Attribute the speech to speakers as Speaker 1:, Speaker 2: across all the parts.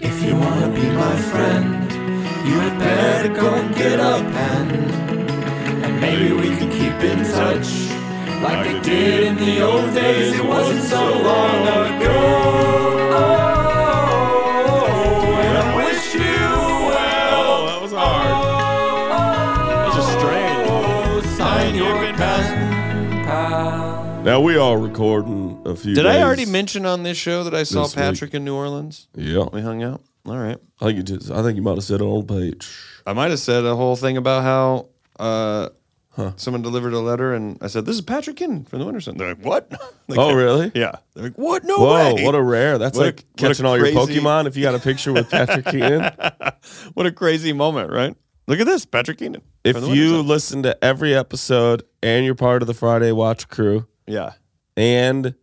Speaker 1: If you wanna be my friend, you had better go and get a pen. And maybe we can keep in touch, like they did in the old days. It wasn't so long ago. Oh, and I wish you well.
Speaker 2: Oh, that was hard. That's a strain.
Speaker 1: Oh, sign your pen, pal.
Speaker 2: Now we are recording a few.
Speaker 3: Did I
Speaker 2: days.
Speaker 3: already mention on this show that I saw
Speaker 2: This week.
Speaker 3: Patrick in New Orleans?
Speaker 2: Yeah,
Speaker 3: We hung out. All right.
Speaker 2: I think you just. I think you might have said it on page.
Speaker 3: I might have said a whole thing about how uh, someone delivered a letter and I said, This is Patrick Kinnan from the Winter Sun. They're like, What? Like,
Speaker 2: Oh, really?
Speaker 3: Yeah. They're like, What? No
Speaker 2: Whoa!
Speaker 3: way.
Speaker 2: What a rare. That's
Speaker 3: What a-
Speaker 2: like
Speaker 3: what a
Speaker 2: catching all your
Speaker 3: crazy-
Speaker 2: Pokemon. If you got a picture with Patrick Keenan,
Speaker 3: what a crazy moment, right? Look at this, Patrick Keenan.
Speaker 2: if
Speaker 3: from the Winter
Speaker 2: you
Speaker 3: Sun.
Speaker 2: listen to every episode and you're part of the Friday Watch crew
Speaker 3: Yeah.
Speaker 2: and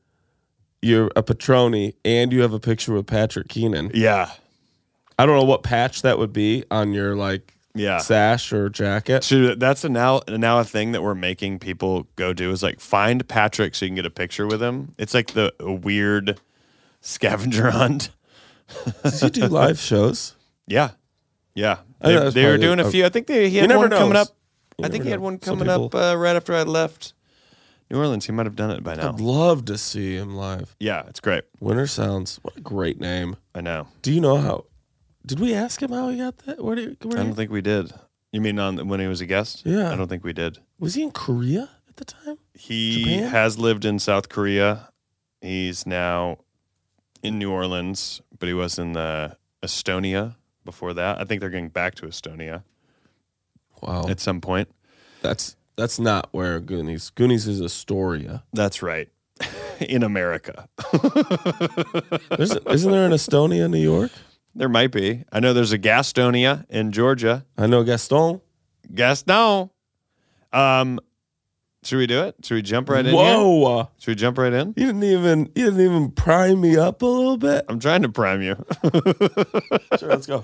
Speaker 2: you're a Patroni and you have a picture with Patrick Keenan,
Speaker 3: Yeah.
Speaker 2: I don't know what patch that would be on your like
Speaker 3: Yeah.
Speaker 2: sash or jacket.
Speaker 3: Dude, that's a now now a thing that we're making people go do is like find Patrick so you can get a picture with him. It's like the a weird scavenger hunt.
Speaker 2: Does he do live shows?
Speaker 3: Yeah, yeah.
Speaker 2: I know
Speaker 3: They,
Speaker 2: that's
Speaker 3: they were
Speaker 2: probably
Speaker 3: doing
Speaker 2: a-
Speaker 3: a few. I think they he
Speaker 2: You
Speaker 3: had
Speaker 2: never
Speaker 3: one coming
Speaker 2: knows.
Speaker 3: up.
Speaker 2: You
Speaker 3: I
Speaker 2: never
Speaker 3: think he had
Speaker 2: know.
Speaker 3: one
Speaker 2: Some
Speaker 3: coming up
Speaker 2: people-
Speaker 3: uh, right after I left New Orleans. He might have done it by now.
Speaker 2: I'd love to see him live.
Speaker 3: uh, Yeah, it's great.
Speaker 2: Winter Sounds. What a great name.
Speaker 3: I know.
Speaker 2: Do you know how? Did we ask him how he got that? Where did?
Speaker 3: I
Speaker 2: Where
Speaker 3: don't
Speaker 2: did
Speaker 3: think we did. You mean on when he was a guest?
Speaker 2: Yeah.
Speaker 3: I don't think we did.
Speaker 2: was he in Korea at the time?
Speaker 3: He
Speaker 2: Japan?
Speaker 3: has lived in South Korea. He's now in New Orleans, but he was in the Estonia before that. I think they're going back to Estonia
Speaker 2: Wow,
Speaker 3: at some point.
Speaker 2: that's that's not where Goonies. Goonies is Astoria.
Speaker 3: That's right. in America.
Speaker 2: There's, isn't there an Estonia, New York?
Speaker 3: There might be. I know there's a Gastonia in Georgia.
Speaker 2: I know Gaston.
Speaker 3: Gaston. Um, should we do it? Should we jump right in? Here?
Speaker 2: Whoa, uh,
Speaker 3: Should we jump right in?
Speaker 2: you didn't even you didn't even prime me up a little bit.
Speaker 3: I'm trying to prime you.
Speaker 2: Sure, let's go.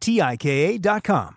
Speaker 4: T-I-K-A dot com.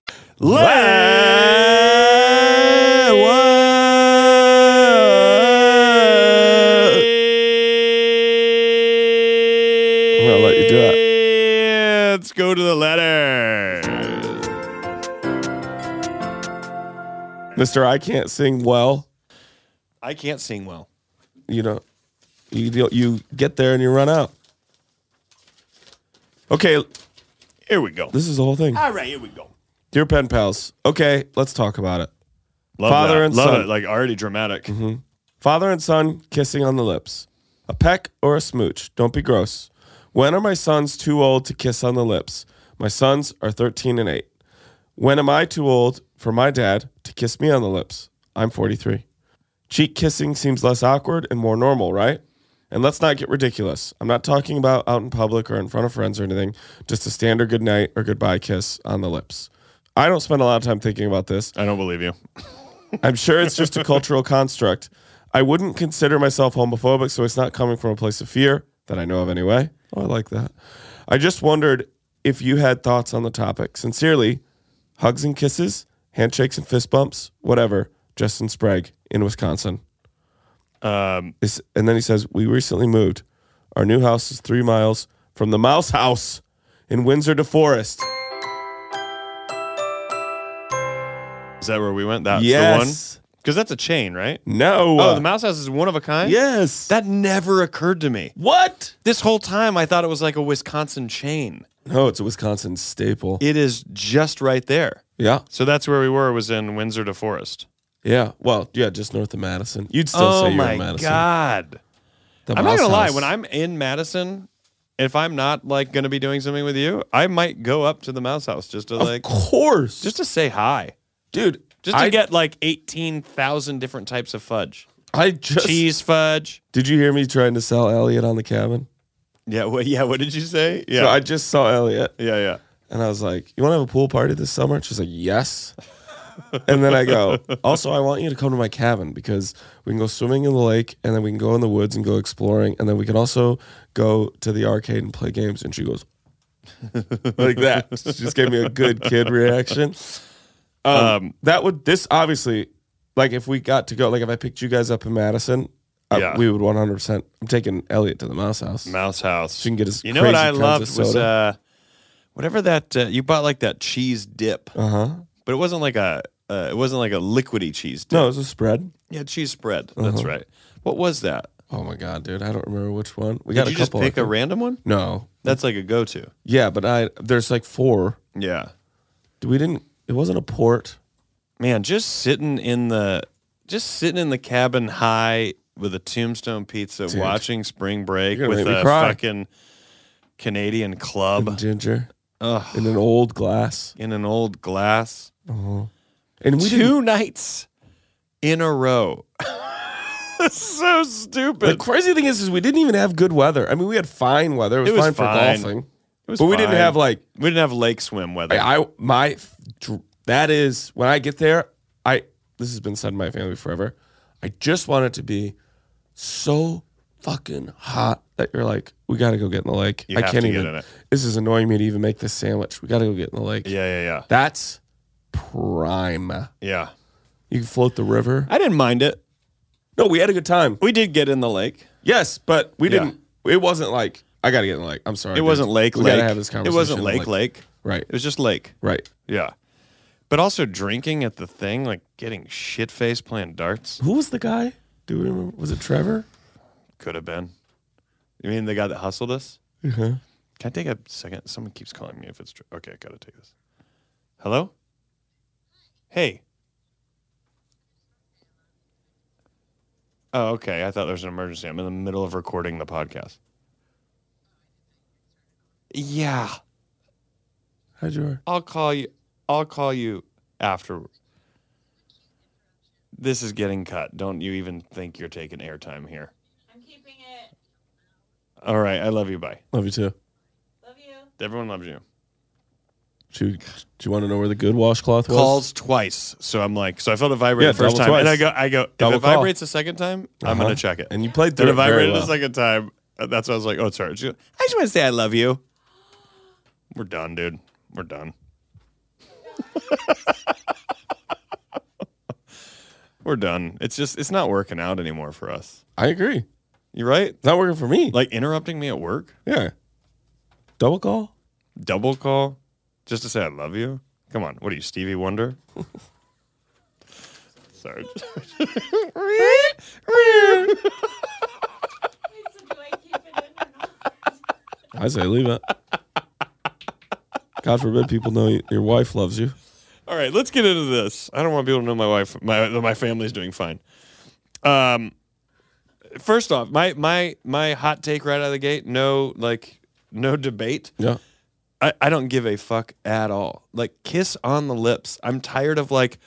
Speaker 2: I'm gonna let you do it.
Speaker 3: Let's go to the letter.
Speaker 2: Mister, I can't sing well.
Speaker 3: I can't sing well.
Speaker 2: You know, you do, you get there and you run out. Okay,
Speaker 3: Here we go.
Speaker 2: this is the whole thing.
Speaker 3: All right, here we go.
Speaker 2: Dear pen pals. Okay, let's talk about it.
Speaker 3: Love
Speaker 2: Father
Speaker 3: that.
Speaker 2: and
Speaker 3: Love
Speaker 2: son. Mm-hmm.
Speaker 3: it. Like already dramatic.
Speaker 2: Father and son kissing on the lips. A peck or a smooch. Don't be gross. When are my sons too old to kiss on the lips? My sons are 13 and 8. When am I too old for my dad to kiss me on the lips? I'm 43. Cheek kissing seems less awkward and more normal, right? And let's not get ridiculous. I'm not talking about out in public or in front of friends or anything, just a standard goodnight or goodbye kiss on the lips. I don't spend a lot of time thinking about this.
Speaker 3: I don't believe you.
Speaker 2: I'm sure it's just a cultural construct. I wouldn't consider myself homophobic, so it's not coming from a place of fear that I know of anyway. Oh, I like that. I just wondered if you had thoughts on the topic. Sincerely, hugs and kisses, handshakes and fist bumps, whatever. Justin Sprague in Wisconsin.
Speaker 3: Um,
Speaker 2: This- And then he says, We recently moved. Our new house is three miles from the mouse house in Windsor to Forest.
Speaker 3: is that where we went? That's the one.
Speaker 2: yes.
Speaker 3: Because that's a chain, right?
Speaker 2: No.
Speaker 3: Oh, the mouse house is one of a kind.
Speaker 2: Yes.
Speaker 3: That never occurred to me.
Speaker 2: what?
Speaker 3: This whole time, I thought it was like a Wisconsin chain.
Speaker 2: No, it's a Wisconsin staple.
Speaker 3: It is just right there.
Speaker 2: yeah.
Speaker 3: So that's where we were. Was in Windsor to Forest.
Speaker 2: Yeah. Well, yeah, just north of Madison. You'd still say you're in Madison.
Speaker 3: Oh god!
Speaker 2: The
Speaker 3: I'm not
Speaker 2: Moss
Speaker 3: gonna lie.
Speaker 2: House.
Speaker 3: When I'm in Madison, if I'm not like gonna be doing something with you, I might go up to the mouse house just to
Speaker 2: of
Speaker 3: like
Speaker 2: course,
Speaker 3: just to say hi,
Speaker 2: dude,
Speaker 3: just to
Speaker 2: I,
Speaker 3: get like eighteen thousand different types of fudge,
Speaker 2: I just
Speaker 3: cheese fudge.
Speaker 2: Did you hear me trying to sell Elliot on the cabin?
Speaker 3: Yeah. What? Yeah. What did you say? Yeah.
Speaker 2: So I just saw Elliot,
Speaker 3: yeah. Yeah.
Speaker 2: and I was like, "You want to have a pool party this summer?" She's like, "Yes." and then I go, "Also, I want you to come to my cabin because we can go swimming in the lake, and then we can go in the woods and go exploring, and then we can also go to the arcade and play games." And she goes. like that. She just gave me a good kid reaction.
Speaker 3: Um.
Speaker 2: that would this obviously like if we got to go like if I picked you guys up in Madison, I-
Speaker 3: Yeah.
Speaker 2: we would 100. percent I'm taking Elliot to the Mouse House.
Speaker 3: Mouse house.
Speaker 2: She can get his.
Speaker 3: You know what
Speaker 2: crazy
Speaker 3: I
Speaker 2: kinds of
Speaker 3: loved was
Speaker 2: soda.
Speaker 3: uh, whatever that uh, you bought like that cheese dip,
Speaker 2: huh.
Speaker 3: but it wasn't like a uh, it wasn't like a liquidy cheese dip.
Speaker 2: No, it was a spread.
Speaker 3: Yeah, cheese spread.
Speaker 2: Uh-huh.
Speaker 3: That's right. What was that?
Speaker 2: Oh my god, dude! I don't remember which one. We
Speaker 3: Did
Speaker 2: got
Speaker 3: you
Speaker 2: a
Speaker 3: just
Speaker 2: couple. I
Speaker 3: pick a
Speaker 2: think.
Speaker 3: random one?
Speaker 2: no.
Speaker 3: That's like a go-to.
Speaker 2: Yeah, but I there's like four.
Speaker 3: Yeah,
Speaker 2: We didn't. It wasn't a port.
Speaker 3: man, just sitting in the just sitting in the cabin high with a tombstone pizza, watching Spring Break
Speaker 2: You're gonna
Speaker 3: with
Speaker 2: make me
Speaker 3: a
Speaker 2: cry.
Speaker 3: fucking Canadian
Speaker 2: and
Speaker 3: club
Speaker 2: ginger
Speaker 3: Ugh,
Speaker 2: in an old glass.
Speaker 3: in an old glass.
Speaker 2: And we didn't-
Speaker 3: two nights in a row. so stupid.
Speaker 2: The crazy thing is, is we didn't even have good weather. I mean, we had fine weather. It was,
Speaker 3: It was
Speaker 2: fine,
Speaker 3: fine.
Speaker 2: for golfing,
Speaker 3: It was
Speaker 2: but we didn't
Speaker 3: fine.
Speaker 2: have like
Speaker 3: we didn't have lake swim weather.
Speaker 2: I, I my that is when I get there. I this has been said in my family forever. I just want it to be so fucking hot that you're like, we got to go get in the lake.
Speaker 3: You
Speaker 2: I
Speaker 3: have
Speaker 2: can't
Speaker 3: to get
Speaker 2: even.
Speaker 3: in it.
Speaker 2: This is annoying me to even make this sandwich. We got to go get in the lake.
Speaker 3: yeah, yeah, yeah,
Speaker 2: that's prime.
Speaker 3: yeah.
Speaker 2: You can float the river.
Speaker 3: I didn't mind it.
Speaker 2: No, we had a good time.
Speaker 3: We did get in the lake.
Speaker 2: Yes, but we
Speaker 3: Yeah.
Speaker 2: didn't. It wasn't like I got to get in the lake. I'm sorry.
Speaker 3: It wasn't
Speaker 2: dudes.
Speaker 3: lake.
Speaker 2: We
Speaker 3: lake.
Speaker 2: gotta have this conversation.
Speaker 3: It wasn't
Speaker 2: on
Speaker 3: lake. Lake.
Speaker 2: Right.
Speaker 3: It was just lake.
Speaker 2: Right.
Speaker 3: Yeah. But also drinking at the thing, like getting shit faced playing darts,
Speaker 2: Who was the guy? Do we remember? Was it Trevor?
Speaker 3: could have been. You mean the guy that hustled us?
Speaker 2: Mm-hmm.
Speaker 3: Can I take a second? Someone keeps calling me if it's true. Okay, I gotta take this. Hello? Hey. Oh, okay. I thought there was an emergency. I'm in the middle of recording the podcast. Yeah.
Speaker 2: How'd you?
Speaker 3: I'll call you. I'll call you after. This is getting cut. Don't you even think you're taking airtime here. I'm keeping it. All right. I love you. Bye.
Speaker 2: Love you Oh, too.
Speaker 3: Everyone loves you.
Speaker 2: Do you, do you want to know where the good washcloth was?
Speaker 3: Calls twice. So I'm like, so I felt it vibrate
Speaker 2: Yeah,
Speaker 3: the first time.
Speaker 2: double
Speaker 3: And I
Speaker 2: twice.
Speaker 3: go, I go,
Speaker 2: Double
Speaker 3: if it
Speaker 2: call.
Speaker 3: vibrates the second time, I'm
Speaker 2: Uh-huh.
Speaker 3: going to check it.
Speaker 2: And you played
Speaker 3: Then
Speaker 2: through
Speaker 3: it
Speaker 2: it very well.
Speaker 3: vibrated the second time. uh, That's why I was like, oh, it's her. She goes, I just want to say I love you. We're done, dude. We're done. We're done. It's just, it's not working out anymore for us.
Speaker 2: I agree.
Speaker 3: You right?
Speaker 2: Not working for me.
Speaker 3: Like interrupting me at work,
Speaker 2: yeah. Double call.
Speaker 3: double call, just to say I love you. Come on. What are you, Stevie Wonder? Sorry.
Speaker 2: I say leave it. God forbid people know you, your wife loves you.
Speaker 3: All right, let's get into this. I don't want people to know my wife, my that my family's doing fine. Um, first off, my my my hot take right out of the gate, no like no debate.
Speaker 2: Yeah.
Speaker 3: I, I don't give a fuck at all. Like kiss on the lips. I'm tired of like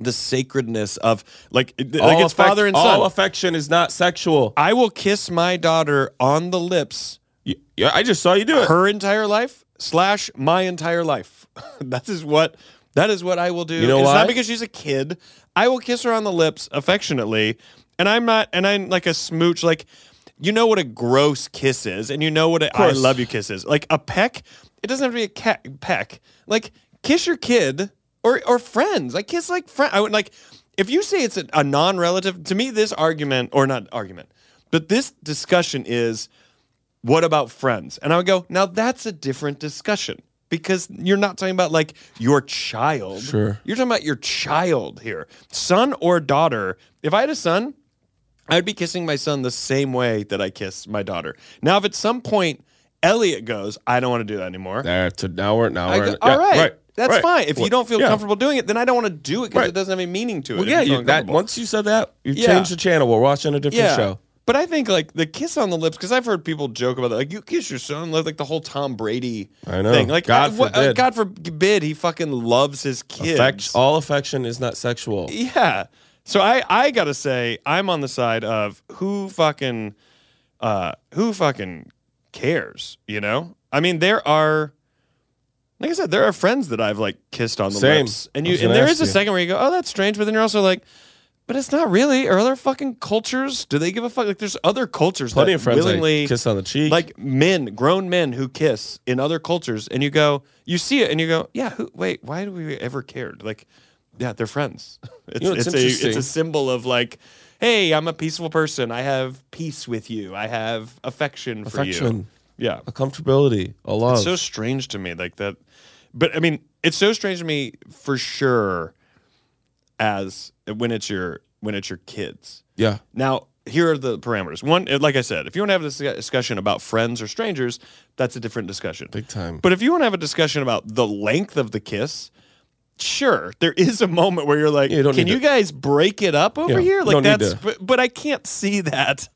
Speaker 3: the sacredness of like it- like
Speaker 2: All
Speaker 3: it's
Speaker 2: affec-
Speaker 3: father and son.
Speaker 2: All affection is not sexual.
Speaker 3: I will kiss my daughter on the lips
Speaker 2: Y- yeah, I just saw you do it.
Speaker 3: her entire life slash my entire life. that is what that is what I will do.
Speaker 2: You know
Speaker 3: it's
Speaker 2: why?
Speaker 3: not because she's a kid. I will kiss her on the lips affectionately, and I'm not and I'm like a smooch like you know what a gross kiss is, and you know what a I
Speaker 2: course.
Speaker 3: love you kiss is. Like a peck, it doesn't have to be a ca- peck. Like kiss your kid or or friends. Like kiss like friend. I would like if you say it's a, a non-relative to me. This argument or not argument, but this discussion is what about friends? And I would go, now that's a different discussion because you're not talking about like your child.
Speaker 2: Sure.
Speaker 3: You're talking about your child here, son or daughter. If I had a son, I'd be kissing my son the same way that I kiss my daughter. Now, if at some point Elliot goes, I don't want to do that anymore.
Speaker 2: That's an hour. Now
Speaker 3: I
Speaker 2: we're
Speaker 3: go,
Speaker 2: yeah,
Speaker 3: all right, that's
Speaker 2: right.
Speaker 3: fine. If you don't feel
Speaker 2: Yeah.
Speaker 3: comfortable doing it, then I don't want to do it because
Speaker 2: Right.
Speaker 3: it doesn't have any meaning to it.
Speaker 2: Well,
Speaker 3: if
Speaker 2: yeah,
Speaker 3: you feel
Speaker 2: you, that
Speaker 3: uncomfortable.
Speaker 2: once you said that, you
Speaker 3: Yeah.
Speaker 2: changed the channel. We're watching a different show.
Speaker 3: But I think like the kiss on the lips, because I've heard people joke about that. Like you kiss your son, like the whole Tom Brady
Speaker 2: I know.
Speaker 3: thing. Like
Speaker 2: God
Speaker 3: I- what- uh,
Speaker 2: forbid.
Speaker 3: God forbid he fucking loves his kids.
Speaker 2: Affect- all affection is not sexual.
Speaker 3: Yeah. So I I gotta say I'm on the side of who fucking uh who fucking cares, you know? I mean there are like I said, there are friends that I've like kissed on the
Speaker 2: Same.
Speaker 3: lips. And
Speaker 2: I
Speaker 3: you
Speaker 2: was
Speaker 3: and
Speaker 2: gonna
Speaker 3: there
Speaker 2: ask
Speaker 3: is a
Speaker 2: you.
Speaker 3: second where you go, Oh, that's strange, but then you're also like but it's not really. Are other fucking cultures? Do they give a fuck? Like, there's other cultures
Speaker 2: Plenty
Speaker 3: that
Speaker 2: of friends
Speaker 3: willingly
Speaker 2: like kiss on the cheek.
Speaker 3: like men, grown men who kiss in other cultures, and you go, you see it, and you go, yeah, who, wait, why do we ever cared? Like, yeah, they're friends. It's,
Speaker 2: know, it's
Speaker 3: it's a it's a
Speaker 2: interesting.
Speaker 3: symbol of like, hey, I'm a peaceful person. I have peace with you. I have affection for you.
Speaker 2: Affection.
Speaker 3: Yeah,
Speaker 2: a comfortability, a love.
Speaker 3: it's so strange to me, like that. But I mean, it's so strange to me for sure. As when it's your when it's your kids,
Speaker 2: yeah.
Speaker 3: now, here are the parameters. One, eh, like I said, if you want to have this discussion about friends or strangers, that's a different discussion.
Speaker 2: Big time.
Speaker 3: But if you want to have a discussion about the length of the kiss, sure, there is a moment where you're like,
Speaker 2: Yeah, you don't
Speaker 3: can
Speaker 2: need
Speaker 3: you
Speaker 2: to-
Speaker 3: guys break it up over
Speaker 2: Yeah,
Speaker 3: here?
Speaker 2: you
Speaker 3: Like
Speaker 2: don't need
Speaker 3: that's,
Speaker 2: to-
Speaker 3: but, but I can't see that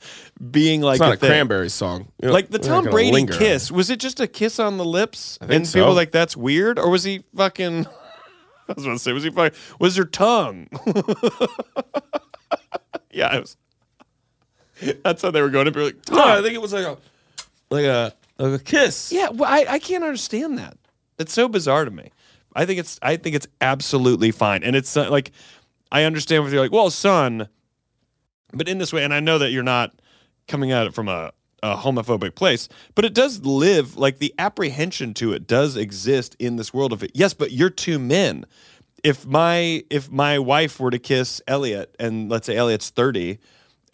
Speaker 3: being
Speaker 2: It's
Speaker 3: like
Speaker 2: not
Speaker 3: a
Speaker 2: a
Speaker 3: thing.
Speaker 2: cranberry song. You're
Speaker 3: Like the
Speaker 2: we're not
Speaker 3: Tom
Speaker 2: gonna
Speaker 3: Brady
Speaker 2: linger on it.
Speaker 3: kiss, was it just a kiss on the lips?
Speaker 2: think
Speaker 3: and people were
Speaker 2: so.
Speaker 3: like, that's weird? Or was he fucking. I was about to say, was he fucking. Was her tongue? yeah, it was. That's how they were going. People were like,
Speaker 2: No, I
Speaker 3: "Tongue."
Speaker 2: think it was like a like a like a kiss.
Speaker 3: Yeah, well, I, I can't understand that. It's so bizarre to me. I think it's I think it's absolutely fine, and it's uh, like I understand what you're like. Well, son, but in this way, and I know that you're not coming at it from a, a homophobic place, but it does live like the apprehension to it does exist in this world of it. Yes, but you're two men. If my if my wife were to kiss Elliot, and let's say Elliot's thirty,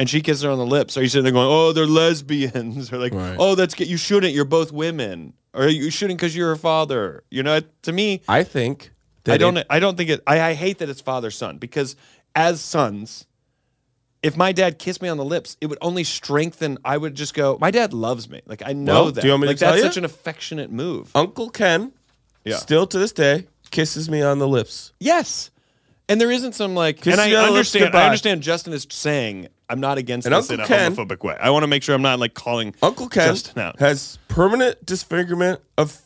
Speaker 3: and she kisses her on the lips, are you sitting there going, "Oh, they're lesbians," or like,
Speaker 2: Right.
Speaker 3: "Oh, that's gay. you shouldn't. You're both women, or you shouldn't because you're a father." You know, it- to me,
Speaker 2: I think that
Speaker 3: I don't.
Speaker 2: it-
Speaker 3: I don't think it. I, I hate that it's father son because as sons, if my dad kissed me on the lips, it would only strengthen. I would just go. My dad loves me. Like I know
Speaker 2: Well, do
Speaker 3: that.
Speaker 2: you want me to
Speaker 3: like
Speaker 2: tell
Speaker 3: that's
Speaker 2: you?
Speaker 3: such an affectionate move.
Speaker 2: Uncle Ken
Speaker 3: Yeah.
Speaker 2: still to this day kisses me on the lips.
Speaker 3: yes, and there isn't some like.
Speaker 2: Kisses
Speaker 3: and I
Speaker 2: you on the lips,
Speaker 3: understand. I
Speaker 2: goodbye.
Speaker 3: understand. Justin is saying I'm not against
Speaker 2: And
Speaker 3: this
Speaker 2: Uncle
Speaker 3: in a
Speaker 2: Ken-
Speaker 3: homophobic way. I want to make sure I'm not like calling
Speaker 2: Uncle Ken
Speaker 3: Justin out.
Speaker 2: has permanent disfigurement of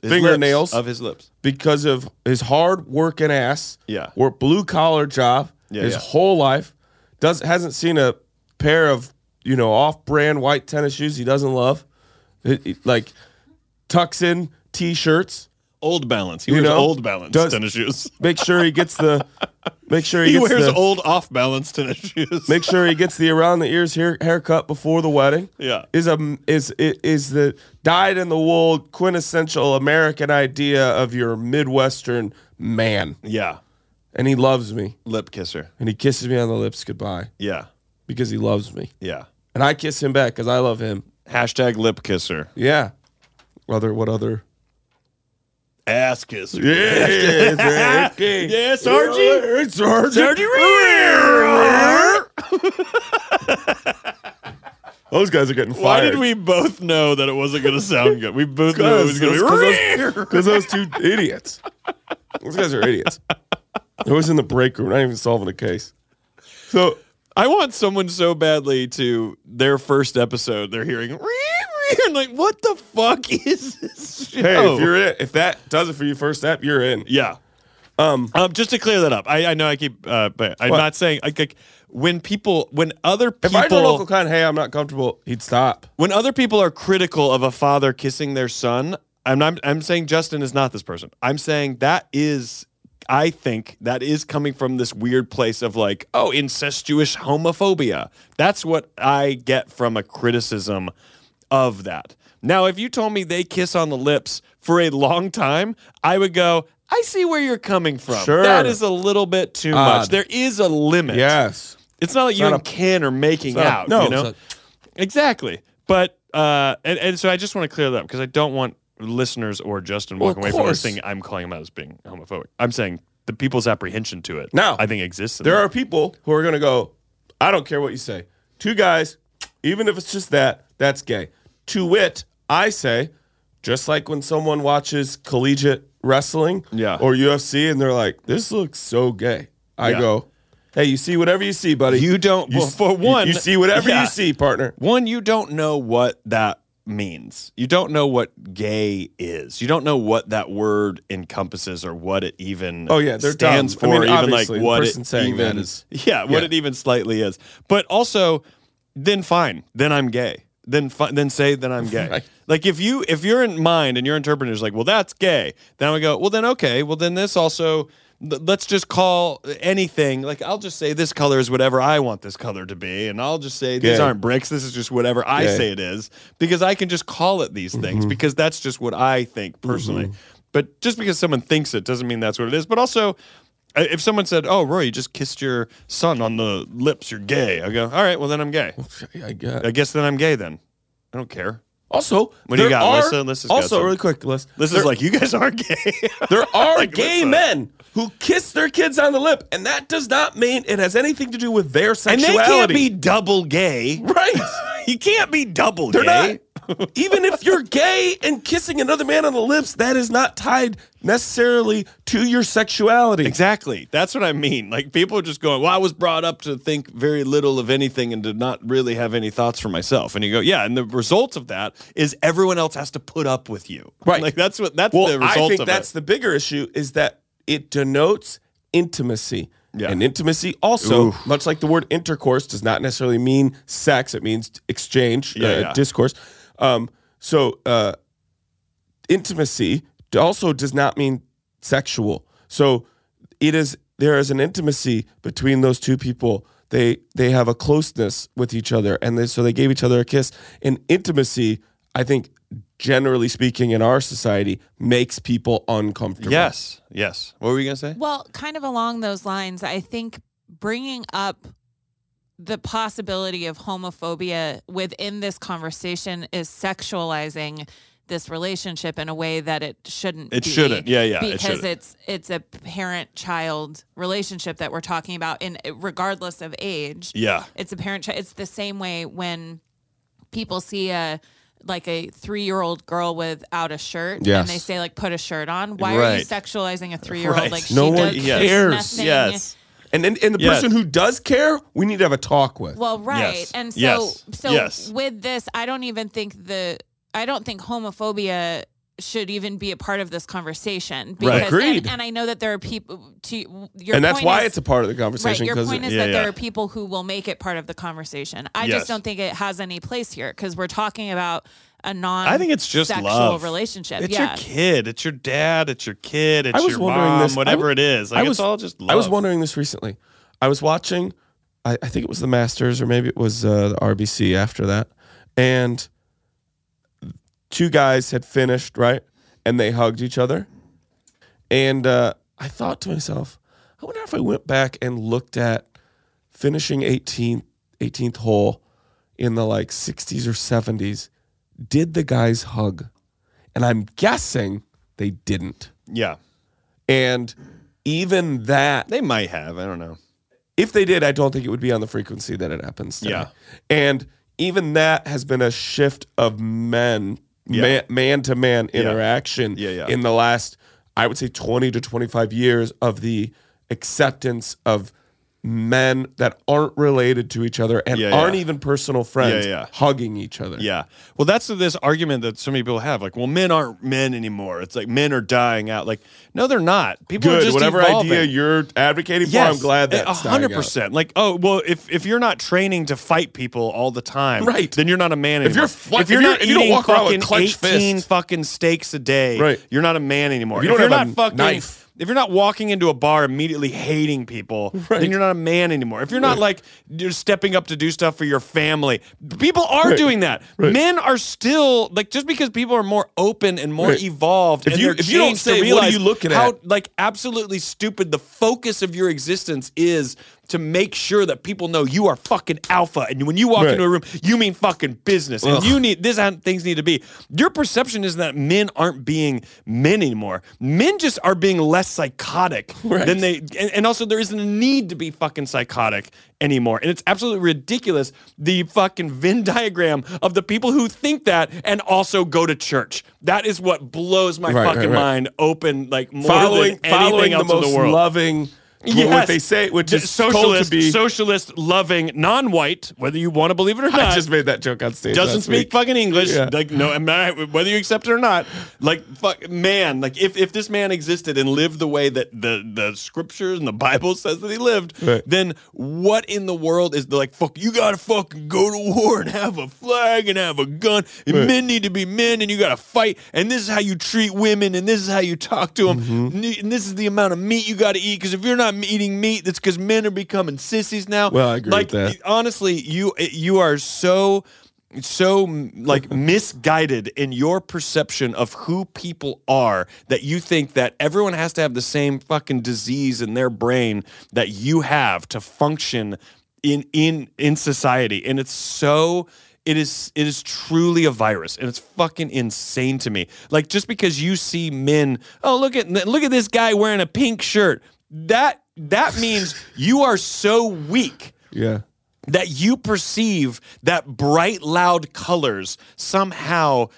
Speaker 3: His
Speaker 2: fingernails
Speaker 3: lips, of his lips.
Speaker 2: because of his hard working ass.
Speaker 3: Yeah.
Speaker 2: work blue collar job
Speaker 3: Yeah,
Speaker 2: his
Speaker 3: yeah.
Speaker 2: whole life. Does hasn't seen a pair of you know off brand white tennis shoes he doesn't love, It- it- like tucks in t shirts.
Speaker 3: Old Balance. He
Speaker 2: You
Speaker 3: wears
Speaker 2: know,
Speaker 3: Old Balance
Speaker 2: does-
Speaker 3: tennis shoes.
Speaker 2: Make sure he gets the. Make sure he,
Speaker 3: He
Speaker 2: gets
Speaker 3: wears
Speaker 2: the,
Speaker 3: old off balance tennis shoes.
Speaker 2: Make sure he gets the around the ears hair, haircut before the wedding.
Speaker 3: Yeah.
Speaker 2: is a is i- is the dyed in the wool quintessential American idea of your Midwestern man,
Speaker 3: yeah,
Speaker 2: and he loves me,
Speaker 3: lip kisser.
Speaker 2: and he kisses me on the lips goodbye
Speaker 3: Yeah,
Speaker 2: because he loves me,
Speaker 3: yeah.
Speaker 2: and I kiss him back because I love him.
Speaker 3: Hashtag lip kisser.
Speaker 2: Yeah. Other what other?
Speaker 3: Ass kisser.
Speaker 2: Yeah, yeah,
Speaker 3: Yes, Archie.
Speaker 2: Sergeant. Those guys are getting fired.
Speaker 3: Why did we both know that it wasn't going to sound good? We both knew it was going to be.
Speaker 2: Because those two idiots. Those guys are idiots. I was in the break room, not even solving a case. So
Speaker 3: I want someone so badly to their first episode. They're hearing and like, what the fuck is this show?
Speaker 2: hey, if you're in, if that does it for you first app, you're in.
Speaker 3: Yeah. Um, just to clear that up, I, I know I keep, uh, but I'm
Speaker 2: What?
Speaker 3: not saying like, like when people, when other
Speaker 2: If
Speaker 3: people,
Speaker 2: I told Uncle Con, hey, I'm not comfortable, he'd stop.
Speaker 3: when other people are critical of a father kissing their son, I'm not, I'm saying Justin is not this person. I'm saying that is, I think that is coming from this weird place of like, oh, incestuous homophobia. That's what I get from a criticism of that. Now, if you told me they kiss on the lips for a long time, I would go, I see where you're coming from.
Speaker 2: Sure.
Speaker 3: That is a little bit too much.
Speaker 2: Odd.
Speaker 3: There is a limit.
Speaker 2: Yes.
Speaker 3: It's not like you
Speaker 2: not
Speaker 3: and
Speaker 2: a-
Speaker 3: Ken are making
Speaker 2: not a-
Speaker 3: out.
Speaker 2: no,
Speaker 3: you know?
Speaker 2: it's
Speaker 3: exactly. But uh, and, and so I just want to clear that up because I don't want listeners or Justin
Speaker 2: Well,
Speaker 3: walking away
Speaker 2: of
Speaker 3: from this
Speaker 2: course.
Speaker 3: thing. I'm calling him out as being homophobic. I'm saying the people's apprehension to it.
Speaker 2: Now,
Speaker 3: I think exists. in
Speaker 2: There
Speaker 3: that.
Speaker 2: are people who are going to go, I don't care what you say. Two guys, even if it's just that, that's gay. To wit, I say, just like when someone watches collegiate wrestling
Speaker 3: Yeah.
Speaker 2: or UFC and they're like, this looks so gay. I
Speaker 3: Yeah.
Speaker 2: go, hey, you see whatever you see, buddy.
Speaker 3: You don't- well, for
Speaker 2: you-
Speaker 3: one-
Speaker 2: you, see whatever
Speaker 3: yeah.
Speaker 2: you see, partner.
Speaker 3: One, you don't know what that means. You don't know what gay is. You don't know what that word encompasses or what it even
Speaker 2: Oh, yeah, they're
Speaker 3: stands
Speaker 2: dumb. I
Speaker 3: for,
Speaker 2: mean,
Speaker 3: even like
Speaker 2: obviously, the
Speaker 3: what
Speaker 2: person
Speaker 3: it
Speaker 2: saying that
Speaker 3: even
Speaker 2: is-
Speaker 3: yeah, what
Speaker 2: yeah.
Speaker 3: it even slightly is. But also, then fine, then I'm gay. Then fi- then say that I'm gay.
Speaker 2: Right.
Speaker 3: Like if you if you're in mind and your interpreter is like, well, that's gay. Then I would go, well, then okay. Well, then this also. th- Let's just call anything like I'll just say this color is whatever I want this color to be, and I'll just say these
Speaker 2: Gay.
Speaker 3: aren't bricks. This is just whatever I
Speaker 2: Gay.
Speaker 3: say it is because I can just call it these things because that's just what I think personally. But just because someone thinks it doesn't mean that's what it is. But also, I- if someone said, "Oh, Roy, you just kissed your son on the lips. You're gay," I go, "All right, well then I'm gay.
Speaker 2: I guess.
Speaker 3: I guess then I'm gay. Then I don't care."
Speaker 2: Also,
Speaker 3: What do you
Speaker 2: there
Speaker 3: got,
Speaker 2: are,
Speaker 3: Lissa? Lissa's got
Speaker 2: also,
Speaker 3: some.
Speaker 2: really quick, Liz.
Speaker 3: This
Speaker 2: there,
Speaker 3: is like you guys are gay.
Speaker 2: There are
Speaker 3: Like,
Speaker 2: gay
Speaker 3: listen.
Speaker 2: men who kiss their kids on the lip, and that does not mean it has anything to do with their
Speaker 3: and they
Speaker 2: sexuality.
Speaker 3: can't be double gay.
Speaker 2: right.
Speaker 3: You can't be double
Speaker 2: They're
Speaker 3: gay.
Speaker 2: not. Even if you're gay and kissing another man on the lips, that is not tied necessarily to your sexuality.
Speaker 3: Exactly. That's what I mean. Like people are just going, "Well, I was brought up to think very little of anything and to not really have any thoughts for myself." And you go, "Yeah." And the result of that is everyone else has to put up with you.
Speaker 2: Right.
Speaker 3: Like that's what that's
Speaker 2: Well,
Speaker 3: the result
Speaker 2: I think
Speaker 3: of
Speaker 2: that's
Speaker 3: it.
Speaker 2: the bigger issue is that it denotes intimacy.
Speaker 3: Yeah.
Speaker 2: And intimacy also,
Speaker 3: Oof.
Speaker 2: much like the word intercourse, does not necessarily mean sex. It means exchange,
Speaker 3: Yeah,
Speaker 2: uh,
Speaker 3: yeah.
Speaker 2: discourse. Um, so uh, intimacy also does not mean sexual. So it is there is an intimacy between those two people. They they have a closeness with each other, and they, so they gave each other a kiss. And intimacy, I think, generally speaking, in our society, makes people uncomfortable.
Speaker 3: Yes. Yes. What were you gonna say?
Speaker 5: Well, kind of along those lines, I think bringing up the possibility of homophobia within this conversation is sexualizing this relationship in a way that it shouldn't.
Speaker 3: It
Speaker 5: be
Speaker 3: shouldn't. Yeah, yeah, it
Speaker 5: Because
Speaker 3: shouldn't.
Speaker 5: it's it's a parent-child relationship that we're talking about, in regardless of age.
Speaker 3: Yeah.
Speaker 5: It's a parent. It's the same way when people see a like a three-year-old girl without a shirt,
Speaker 2: Yes.
Speaker 5: and they say like, "Put a shirt on." Why are you
Speaker 3: Right.
Speaker 5: sexualizing a three-year-old?
Speaker 3: Right.
Speaker 5: Like
Speaker 2: No
Speaker 5: she
Speaker 2: one
Speaker 5: does
Speaker 2: cares.
Speaker 5: nothing.
Speaker 3: Yes.
Speaker 2: And then, and the
Speaker 3: Yes.
Speaker 2: person who does care, we need to have a talk with.
Speaker 5: Well, right.
Speaker 3: Yes.
Speaker 5: And so
Speaker 3: Yes.
Speaker 5: so
Speaker 3: Yes.
Speaker 5: with this, I don't even think the I don't think homophobia should even be a part of this conversation.
Speaker 2: Right. Agreed.
Speaker 5: And, and I know that there are people to your
Speaker 2: and that's
Speaker 5: point
Speaker 2: why
Speaker 5: is-
Speaker 2: it's a part of the
Speaker 5: Right.
Speaker 2: conversation.
Speaker 5: Your
Speaker 2: 'cause-
Speaker 5: point is that there are people who will make it part of the conversation. I
Speaker 2: Yes.
Speaker 5: just don't think it has any place here because we're talking about a non.
Speaker 3: I think it's just
Speaker 5: sexual
Speaker 3: love.
Speaker 5: relationship.
Speaker 3: It's
Speaker 5: yeah.
Speaker 3: your kid. It's your dad. It's your kid. It's
Speaker 2: I was
Speaker 3: your
Speaker 2: wondering
Speaker 3: mom.
Speaker 2: this. I
Speaker 3: Whatever
Speaker 2: w-
Speaker 3: it is, like
Speaker 2: I was
Speaker 3: it's all just love.
Speaker 2: I was wondering this recently. I was watching. I, I think it was the Masters, or maybe it was uh, the RBC after that, and two guys had finished right, and they hugged each other, and uh, I thought to myself, I wonder if I went back and looked at finishing 18th 18th hole in the like 60s or 70s, did the guys hug? And I'm guessing they didn't.
Speaker 3: Yeah.
Speaker 2: And even that
Speaker 3: they might have. I don't know.
Speaker 2: If they did, I don't think it would be on the frequency that it happens. Today.
Speaker 3: Yeah.
Speaker 2: And even that has been a shift of men,
Speaker 3: Yeah.
Speaker 2: man man to man
Speaker 3: Yeah.
Speaker 2: interaction
Speaker 3: Yeah, yeah.
Speaker 2: in the last, I would say, 20 to 25 years of the acceptance of men that aren't related to each other and
Speaker 3: Yeah,
Speaker 2: aren't
Speaker 3: yeah.
Speaker 2: even personal friends
Speaker 3: Yeah, yeah.
Speaker 2: hugging each other.
Speaker 3: Yeah. Well, that's this argument that so many people have. Like, well, men aren't men anymore. It's like men are dying out. Like, no, they're not. People are
Speaker 2: Good.
Speaker 3: just
Speaker 2: Whatever
Speaker 3: evolving.
Speaker 2: idea you're advocating for, I'm glad
Speaker 3: a
Speaker 2: that
Speaker 3: hundred percent. Like, oh well, if if you're not training to fight people all the time,
Speaker 2: Right.
Speaker 3: Then you're not a man
Speaker 2: If
Speaker 3: anymore.
Speaker 2: you're fl- if you're- if you don't
Speaker 3: eating
Speaker 2: walk around with
Speaker 3: fucking
Speaker 2: clenched
Speaker 3: eighteen
Speaker 2: fists.
Speaker 3: fucking steaks a day,
Speaker 2: Right.
Speaker 3: You're not a man anymore.
Speaker 2: If you don't
Speaker 3: are
Speaker 2: have
Speaker 3: not
Speaker 2: a
Speaker 3: fucking
Speaker 2: knife.
Speaker 3: If you're not walking into a bar immediately hating people, then you're not a man anymore. If you're not like you're stepping up to do stuff for your family, people are
Speaker 2: Right.
Speaker 3: doing that.
Speaker 2: Right.
Speaker 3: Men are still like just because people are more open and more
Speaker 2: Right.
Speaker 3: evolved.
Speaker 2: If
Speaker 3: and
Speaker 2: you-
Speaker 3: they're
Speaker 2: if you don't
Speaker 3: changed
Speaker 2: say,
Speaker 3: to
Speaker 2: "What are
Speaker 3: realize
Speaker 2: you looking
Speaker 3: how,
Speaker 2: at?"
Speaker 3: like absolutely stupid the focus of your existence is to make sure that people know you are fucking alpha and when you walk
Speaker 2: Right.
Speaker 3: into a room you mean fucking business
Speaker 2: Ugh.
Speaker 3: and you need this is how things need to be your perception is that men aren't being men anymore men just are being less psychotic than they and, and also there isn't a need to be fucking psychotic anymore and it's absolutely ridiculous the fucking venn diagram of the people who think that and also go to church that is what blows my
Speaker 2: Right, right,
Speaker 3: fucking
Speaker 2: right.
Speaker 3: mind open like more
Speaker 2: following
Speaker 3: than anything
Speaker 2: following the
Speaker 3: else
Speaker 2: most
Speaker 3: in the world.
Speaker 2: loving what they say, which
Speaker 3: The
Speaker 2: is told
Speaker 3: socialist,
Speaker 2: to be.
Speaker 3: socialist, loving, non-white, whether you want to believe it or not.
Speaker 2: I just made that joke on stage.
Speaker 3: doesn't
Speaker 2: last
Speaker 3: speak
Speaker 2: week.
Speaker 3: fucking English.
Speaker 2: Yeah.
Speaker 3: Like no, I'm not- whether you accept it or not. Like fuck, man. Like if, if this man existed and lived the way that the the scriptures and the Bible says that he lived,
Speaker 2: Right.
Speaker 3: then what in the world is the like? Fuck, you gotta fucking go to war and have a flag and have a gun. And
Speaker 2: Right.
Speaker 3: Men need to be men, and you gotta fight. And this is how you treat women, and this is how you talk to them.
Speaker 2: Mm-hmm.
Speaker 3: And this is the amount of meat you gotta eat. Because if you're not eating meat, that's because men are becoming sissies now.
Speaker 2: Well, I agree
Speaker 3: like,
Speaker 2: with that.
Speaker 3: honestly, you you are so so like misguided in your perception of who people are that you think that everyone has to have the same fucking disease in their brain that you have to function in in in society and it's so it is it is truly a virus and it's fucking insane to me like just because you see men oh look at look at this guy wearing a pink shirt that that means you are so weak
Speaker 2: Yeah.
Speaker 3: that you perceive that bright, loud colors somehow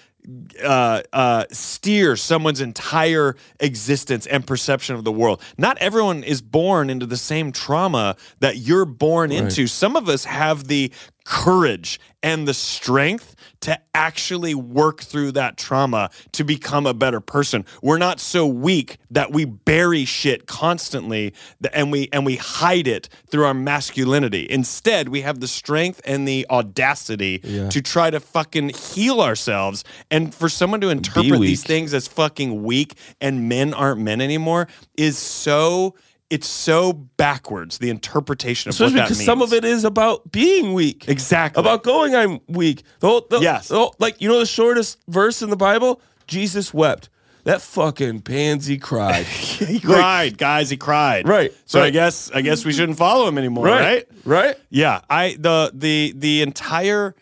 Speaker 3: uh, uh, steer someone's entire existence and perception of the world. Not everyone is born into the same trauma that you're born into. Some of us have the courage and the strength to actually work through that trauma to become a better person. We're not so weak that we bury shit constantly th- and we and we hide it through our masculinity. Instead, we have the strength and the audacity to try to fucking heal ourselves. And for someone to interpret these
Speaker 2: weak.
Speaker 3: things as fucking weak and men aren't men anymore is so it's so backwards the interpretation of
Speaker 2: Especially
Speaker 3: what that
Speaker 2: because
Speaker 3: means.
Speaker 2: some of it is about being weak.
Speaker 3: exactly
Speaker 2: About going, I'm weak. The whole, the,
Speaker 3: Yes.
Speaker 2: the whole- like, you know, the shortest verse in the Bible? Jesus wept. That fucking pansy cried.
Speaker 3: He cried, guys. He cried.
Speaker 2: Right,
Speaker 3: So I
Speaker 2: right.
Speaker 3: guess I guess we shouldn't follow him anymore, right?
Speaker 2: Right. Right.
Speaker 3: Yeah. I the the the entire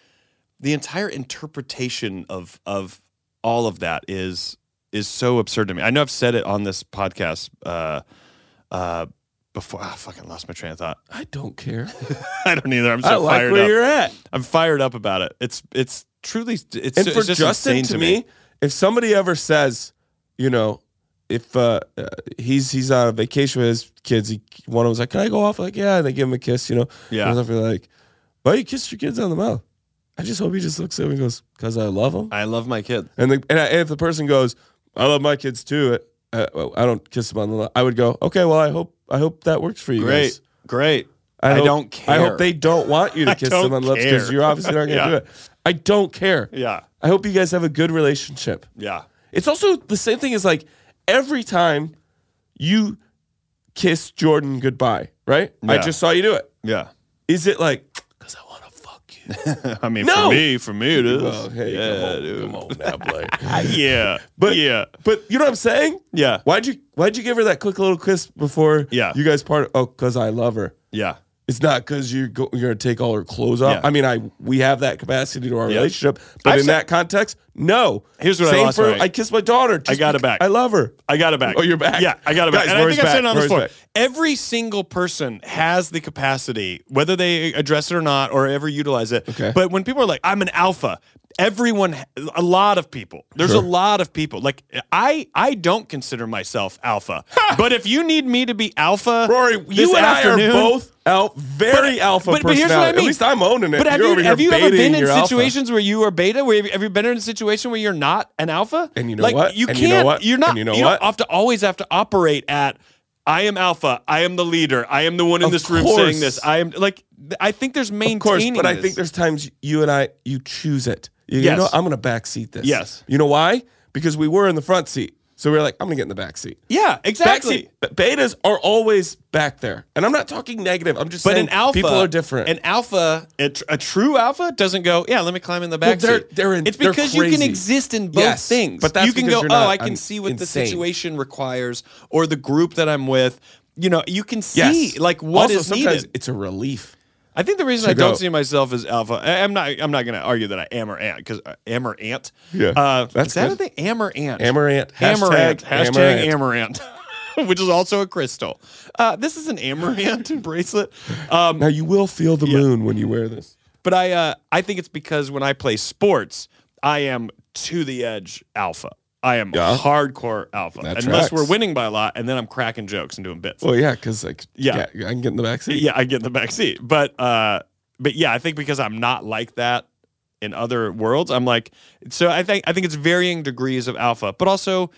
Speaker 3: the entire interpretation of of all of that is is so absurd to me. I know I've said it on this podcast uh, uh, before. Ah, I fucking lost my train of thought.
Speaker 2: I don't care.
Speaker 3: I don't either. I'm so
Speaker 2: I like
Speaker 3: fired
Speaker 2: where
Speaker 3: up.
Speaker 2: you're at.
Speaker 3: I'm fired up about it. It's it's truly it's,
Speaker 2: and
Speaker 3: it's
Speaker 2: for
Speaker 3: just
Speaker 2: Justin
Speaker 3: insane
Speaker 2: to me, if somebody ever says, you know, if uh, uh, he's he's on vacation with his kids, he, one of them's like, "Can I go off?" Like, yeah, and they give him a kiss, you know.
Speaker 3: Yeah.
Speaker 2: And they're like, "Why you kiss your kids on the mouth?" I just hope he just looks at him and goes, "Cause I love him."
Speaker 3: I love my kid.
Speaker 2: And the, and, I, and if the person goes, "I love my kids too," uh, well, I don't kiss them on the. li- I would go, "Okay, well, I hope I hope that works for you
Speaker 3: Great,
Speaker 2: guys."
Speaker 3: great.
Speaker 2: I,
Speaker 3: I
Speaker 2: hope-
Speaker 3: don't care.
Speaker 2: I hope they don't want you
Speaker 3: I
Speaker 2: to kiss
Speaker 3: don't
Speaker 2: them on the lips because
Speaker 3: care.
Speaker 2: you're obviously not going to
Speaker 3: Yeah.
Speaker 2: do it. I don't care.
Speaker 3: Yeah,
Speaker 2: I hope you guys have a good relationship.
Speaker 3: yeah.
Speaker 2: It's also the same thing as like every time you kiss Jordan goodbye, right? I
Speaker 3: Yeah.
Speaker 2: just saw you do it.
Speaker 3: Yeah.
Speaker 2: Is it like,
Speaker 3: I mean,
Speaker 2: No!
Speaker 3: for me, for me, it is.
Speaker 2: Well, Oh, hey,
Speaker 3: yeah,
Speaker 2: come on,
Speaker 3: dude.
Speaker 2: come on now, Blake.
Speaker 3: yeah,
Speaker 2: But-
Speaker 3: yeah,
Speaker 2: but you know what I'm saying?
Speaker 3: yeah,
Speaker 2: Why'd you Why'd you give her that quick little kiss before?
Speaker 3: Yeah.
Speaker 2: you guys part. Oh, cause I love her.
Speaker 3: yeah,
Speaker 2: It's not because you go, you're gonna take all her clothes off.
Speaker 3: Yeah.
Speaker 2: I mean, I we have that capacity to our
Speaker 3: Yeah.
Speaker 2: relationship, but
Speaker 3: I've
Speaker 2: in
Speaker 3: said-
Speaker 2: that context, no.
Speaker 3: Here's what I
Speaker 2: Same
Speaker 3: lost
Speaker 2: for
Speaker 3: my-
Speaker 2: I kissed my daughter. just
Speaker 3: got
Speaker 2: because
Speaker 3: it back.
Speaker 2: I love her.
Speaker 3: I got it back.
Speaker 2: Oh, you're back.
Speaker 3: Yeah, I got it back.
Speaker 2: Guys,
Speaker 3: and I
Speaker 2: Rory's
Speaker 3: think I've
Speaker 2: back.
Speaker 3: said it on
Speaker 2: Rory's
Speaker 3: this floor.
Speaker 2: back.
Speaker 3: Every single person has the capacity, whether they address it or not, or ever utilize it.
Speaker 2: Okay.
Speaker 3: But when people are like, "I'm an alpha," everyone, a lot of people. There's
Speaker 2: Sure.
Speaker 3: a lot of people. Like I, I don't consider myself alpha. but if you need me to be alpha,
Speaker 2: Rory,
Speaker 3: this
Speaker 2: you and
Speaker 3: afternoon-
Speaker 2: I are both al- very alpha
Speaker 3: but, but here's what I
Speaker 2: personality.
Speaker 3: mean.
Speaker 2: At least I'm owning it.
Speaker 3: But have
Speaker 2: You're
Speaker 3: you,
Speaker 2: over here
Speaker 3: have you ever
Speaker 2: baiting
Speaker 3: been in
Speaker 2: your alpha.
Speaker 3: situations where you are beta? Where have you, have you been in a situation where you're not an alpha?
Speaker 2: And you know
Speaker 3: like,
Speaker 2: what?
Speaker 3: You
Speaker 2: And
Speaker 3: can't.
Speaker 2: you know what?
Speaker 3: are not.
Speaker 2: And you know
Speaker 3: don't
Speaker 2: what?
Speaker 3: have to always have to operate at. I am alpha. I am the leader. I am the one in
Speaker 2: Of
Speaker 3: this room
Speaker 2: course.
Speaker 3: saying this. I am like. th- I think there's maintaining.
Speaker 2: Of course, but I
Speaker 3: this.
Speaker 2: think there's times you and I you choose it. You, you
Speaker 3: Yes.
Speaker 2: know, I'm going to backseat this.
Speaker 3: Yes.
Speaker 2: You know why? Because we were in the front seat, so we were like, I'm going to get in the back seat.
Speaker 3: yeah, exactly.
Speaker 2: Backseat b- betas are always back there, and I'm not talking negative. I'm just
Speaker 3: But
Speaker 2: saying
Speaker 3: an alpha,
Speaker 2: people are different.
Speaker 3: An alpha, a, tr- a true alpha, doesn't go. Yeah, let me climb in the
Speaker 2: Well,
Speaker 3: back.
Speaker 2: they're- they're in-
Speaker 3: it's
Speaker 2: they're
Speaker 3: because you can
Speaker 2: crazy.
Speaker 3: exist in both
Speaker 2: Yes,
Speaker 3: things.
Speaker 2: but that's
Speaker 3: you can
Speaker 2: because
Speaker 3: go.
Speaker 2: you're
Speaker 3: oh,
Speaker 2: not-
Speaker 3: I can
Speaker 2: I'm
Speaker 3: see what
Speaker 2: insane.
Speaker 3: the situation requires, or the group that I'm with. You know, you can see
Speaker 2: yes.
Speaker 3: like what
Speaker 2: also,
Speaker 3: is
Speaker 2: sometimes
Speaker 3: needed.
Speaker 2: it's a relief.
Speaker 3: I think the reason
Speaker 2: to
Speaker 3: I don't
Speaker 2: go.
Speaker 3: see myself as alpha, I, am not. I'm not going to argue that I am or ant because uh, am or ant.
Speaker 2: Yeah,
Speaker 3: uh,
Speaker 2: that's
Speaker 3: is that
Speaker 2: good.
Speaker 3: a thing? Am or ant?
Speaker 2: Amaranth.
Speaker 3: Amaranth.
Speaker 2: Hashtag
Speaker 3: Hashtag amaranth. Which is also a crystal. Uh, this is an amaranth bracelet. Um,
Speaker 2: Now you will feel the moon when you wear this.
Speaker 3: but I uh, I think it's because when I play sports, I am to the edge alpha. I am
Speaker 2: Yeah.
Speaker 3: hardcore alpha.
Speaker 2: That
Speaker 3: Unless
Speaker 2: tracks.
Speaker 3: we're winning by a lot, and then I'm cracking jokes and doing bits.
Speaker 2: Well, yeah, because like yeah.
Speaker 3: Yeah.
Speaker 2: I can get in the back seat.
Speaker 3: Yeah, I get in the back seat. But uh but yeah, I think because I'm not like that in other worlds, I'm like so I think I think it's varying degrees of alpha, but also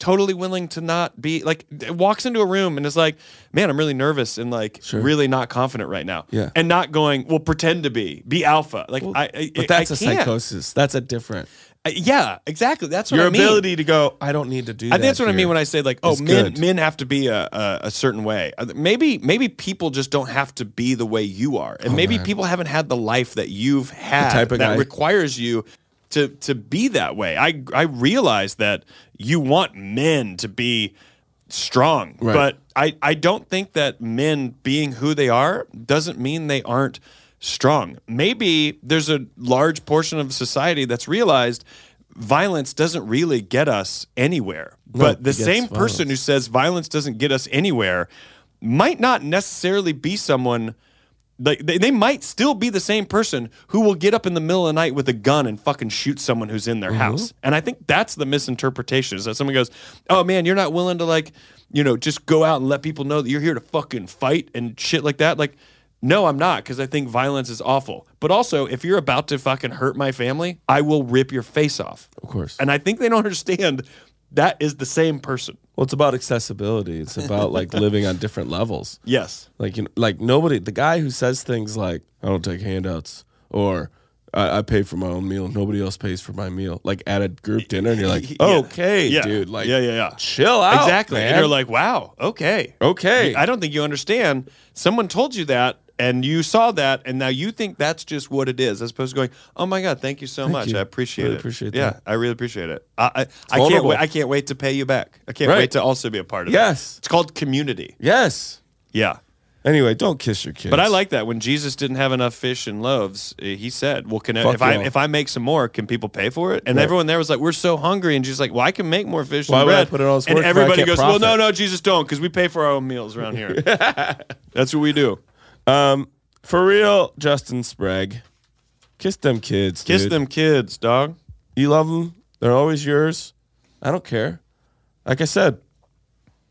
Speaker 3: totally willing to not be like d- walks into a room and is like, "Man, I'm really nervous and like
Speaker 2: Sure.
Speaker 3: really not confident right now."
Speaker 2: Yeah.
Speaker 3: And not going, "Well, pretend to be. Be alpha." Like I, I
Speaker 2: But that's
Speaker 3: a
Speaker 2: a psychosis. That's a different.
Speaker 3: yeah, exactly. That's what
Speaker 2: Your
Speaker 3: I mean.
Speaker 2: ability to go, I don't need to do
Speaker 3: I
Speaker 2: that.
Speaker 3: think that's what I
Speaker 2: here."
Speaker 3: mean when I say like, oh,
Speaker 2: is
Speaker 3: men
Speaker 2: good.
Speaker 3: men have to be a, a a certain way. Uh, Maybe maybe people just don't have to be the way you are, and maybe people haven't had the life that you've had
Speaker 2: Oh, type of
Speaker 3: that
Speaker 2: guy.
Speaker 3: requires you to to be that way. I I realize that you want men to be strong,
Speaker 2: Right.
Speaker 3: but I I don't think that men being who they are doesn't mean they aren't strong. Maybe there's a large portion of society that's realized violence doesn't really get us anywhere. but the
Speaker 2: it gets
Speaker 3: same person who says violence doesn't get us anywhere might not necessarily be someone like they, they might still be the same person who will get up in the middle of the night with a gun and fucking shoot someone who's in their house. And I think that's the misinterpretation is that someone goes, Oh man, you're not willing to like, you know, just go out and let people know that you're here to fucking fight and shit like that. Like, no, I'm not, because I think violence is awful. But also, if you're about to fucking hurt my family, I will rip your face off.
Speaker 2: Of course.
Speaker 3: And I think they don't understand that is the same person.
Speaker 2: Well, it's about accessibility. It's about like living on different levels.
Speaker 3: Yes.
Speaker 2: Like you know, like nobody. The guy who says things like "I don't take handouts" or I, "I pay for my own meal. Nobody else pays for my meal." Like at a group dinner, and you're like,
Speaker 3: Yeah.
Speaker 2: "Okay,
Speaker 3: Yeah.
Speaker 2: dude. Like,
Speaker 3: Yeah, yeah, yeah.
Speaker 2: Chill out.
Speaker 3: exactly.
Speaker 2: Oh, man.
Speaker 3: And you're like, wow, okay.
Speaker 2: Okay.
Speaker 3: I don't think you understand. Someone told you that and you saw that and now you think that's just what it is as opposed to going, oh my God, thank you so much.
Speaker 2: you.
Speaker 3: I appreciate
Speaker 2: Really
Speaker 3: it.
Speaker 2: appreciate
Speaker 3: yeah,
Speaker 2: that.
Speaker 3: I really appreciate it. I, I, I can't
Speaker 2: vulnerable.
Speaker 3: wait. I can't wait to pay you back. I can't
Speaker 2: Right.
Speaker 3: wait to also be a part of it.
Speaker 2: Yes.
Speaker 3: It's called community.
Speaker 2: yes.
Speaker 3: Yeah.
Speaker 2: Anyway, don't kiss your kids.
Speaker 3: But I like that when Jesus didn't have enough fish and loaves, uh, he said, "Well, can I,
Speaker 2: Fuck
Speaker 3: if I
Speaker 2: y'all.
Speaker 3: if I make some more, can people pay for it?" And
Speaker 2: Right.
Speaker 3: everyone there was like, "We're so hungry," and Jesus like, "Well, I can make more fish
Speaker 2: Why
Speaker 3: and
Speaker 2: would I
Speaker 3: bread."
Speaker 2: put in all this
Speaker 3: and
Speaker 2: work if I
Speaker 3: everybody
Speaker 2: can't
Speaker 3: goes,
Speaker 2: profit?
Speaker 3: "Well, no, no, Jesus, don't, because we pay for our own meals around here. That's what we do.
Speaker 2: Um, for real, Justin Sprague, kiss them kids.
Speaker 3: Kiss
Speaker 2: dude.
Speaker 3: them kids, dog.
Speaker 2: You love them. They're always yours. I don't care. Like I said,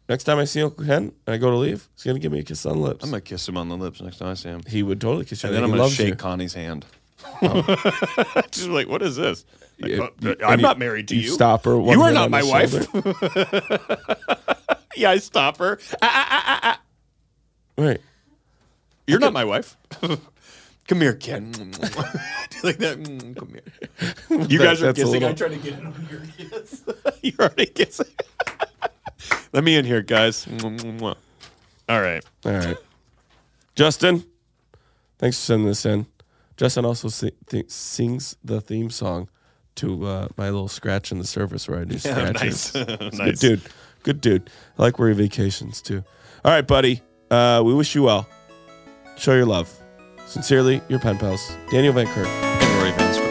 Speaker 2: next time I see Uncle Hen and I go to leave, he's gonna give me a kiss on the lips.
Speaker 3: I'm gonna kiss him on the lips next time I see him,
Speaker 2: he would totally kiss you.
Speaker 3: and then
Speaker 2: He
Speaker 3: I'm gonna
Speaker 2: loves
Speaker 3: shake
Speaker 2: you. Oh.
Speaker 3: Connie's hand. She's like, what is this? Like,
Speaker 2: Yeah,
Speaker 3: "Uh,
Speaker 2: you-
Speaker 3: I'm
Speaker 2: and
Speaker 3: not
Speaker 2: you-
Speaker 3: married to
Speaker 2: you
Speaker 3: you.
Speaker 2: stop her one
Speaker 3: You are
Speaker 2: hand
Speaker 3: not
Speaker 2: on
Speaker 3: my
Speaker 2: the
Speaker 3: wife. yeah, I stop her. Ah, ah, ah, ah, ah.
Speaker 2: Wait.
Speaker 3: You're not my wife. come here, Ken. Do you like that? Mm, come here. You
Speaker 2: That-
Speaker 3: guys are
Speaker 2: that's a
Speaker 3: kissing.
Speaker 2: little-
Speaker 3: I'm trying to get in on your kiss. You're already kissing. Let me in here, guys. Mwah, mwah, mwah. All right.
Speaker 2: All right. Justin, thanks for sending this in. Justin also si- th- sings the theme song to uh, my little scratch in the surface where I do scratches.
Speaker 3: nice.
Speaker 2: He's a Good
Speaker 3: Nice.
Speaker 2: dude. Good dude. I like where he vacations too. All right, buddy. Uh, we wish you well. Show your love. Sincerely, your pen pals, Daniel Van Kirk.
Speaker 3: And Rory Vansford.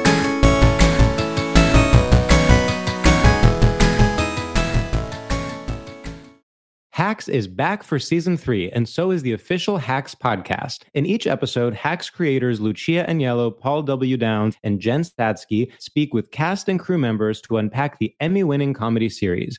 Speaker 6: Hacks is back for season three, and so is the official Hacks podcast. In each episode, Hacks creators Lucia Agnello, Paul W. Downs, and Jen Statsky speak with cast and crew members to unpack the Emmy winning comedy series.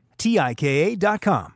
Speaker 4: T-I-K-A dot com.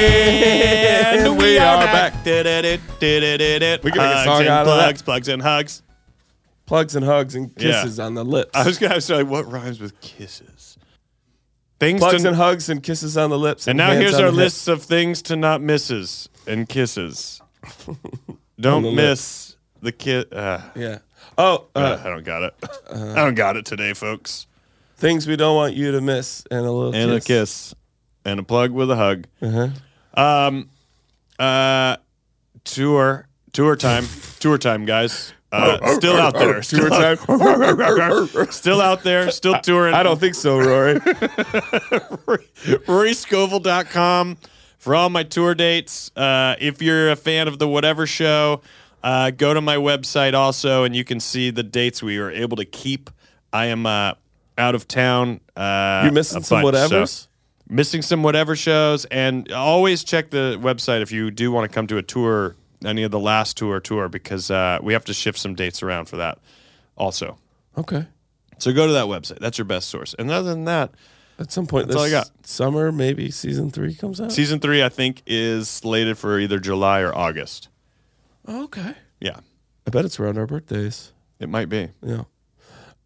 Speaker 3: And we are back. We
Speaker 2: We can make a
Speaker 3: hugs
Speaker 2: song
Speaker 3: and
Speaker 2: out of that.
Speaker 3: plugs, plugs and hugs.
Speaker 2: Plugs and hugs and
Speaker 3: Yeah.
Speaker 2: kisses on the lips.
Speaker 3: I was gonna say what rhymes with kisses. Things
Speaker 2: Plugs
Speaker 3: to,
Speaker 2: and hugs and kisses on the lips.
Speaker 3: and now
Speaker 2: hands
Speaker 3: here's
Speaker 2: on
Speaker 3: our
Speaker 2: the hips.
Speaker 3: lists of things to not misses and kisses.
Speaker 2: On the
Speaker 3: Don't
Speaker 2: lips.
Speaker 3: miss the kiss. Uh,
Speaker 2: Yeah. Oh, uh,
Speaker 3: uh, I don't got it. I don't got it today, folks.
Speaker 2: things we don't want you to miss and a little
Speaker 3: And
Speaker 2: kiss. Uh-huh.
Speaker 3: a kiss, and a plug with a hug. Um, uh, tour, tour time, tour time, guys.
Speaker 2: Oh,
Speaker 3: Uh, still out there, still
Speaker 2: Tour
Speaker 3: out-
Speaker 2: time.
Speaker 3: still out there, still touring.
Speaker 2: I don't think so, Rory.
Speaker 3: RoryScoville.com for all my tour dates. Uh, if you're a fan of the Whatever Show, uh, go to my website also, and you can see the dates we were able to keep. I am uh, out of town. Uh,
Speaker 2: You missing
Speaker 3: a
Speaker 2: some
Speaker 3: bunch, so-
Speaker 2: whatevers?
Speaker 3: missing some whatever shows, and always check the website if you do want to come to a tour, any of the last tour tour, because uh, we have to shift some dates around for that also.
Speaker 2: Okay.
Speaker 3: So go to that website. That's your best source. And other than that,
Speaker 2: At some point
Speaker 3: That's
Speaker 2: this
Speaker 3: all I got.
Speaker 2: summer, maybe season three comes out.
Speaker 3: Season three, I think, is slated for either July or August.
Speaker 2: Oh, okay.
Speaker 3: Yeah,
Speaker 2: I bet it's around our birthdays.
Speaker 3: it might be.
Speaker 2: Yeah.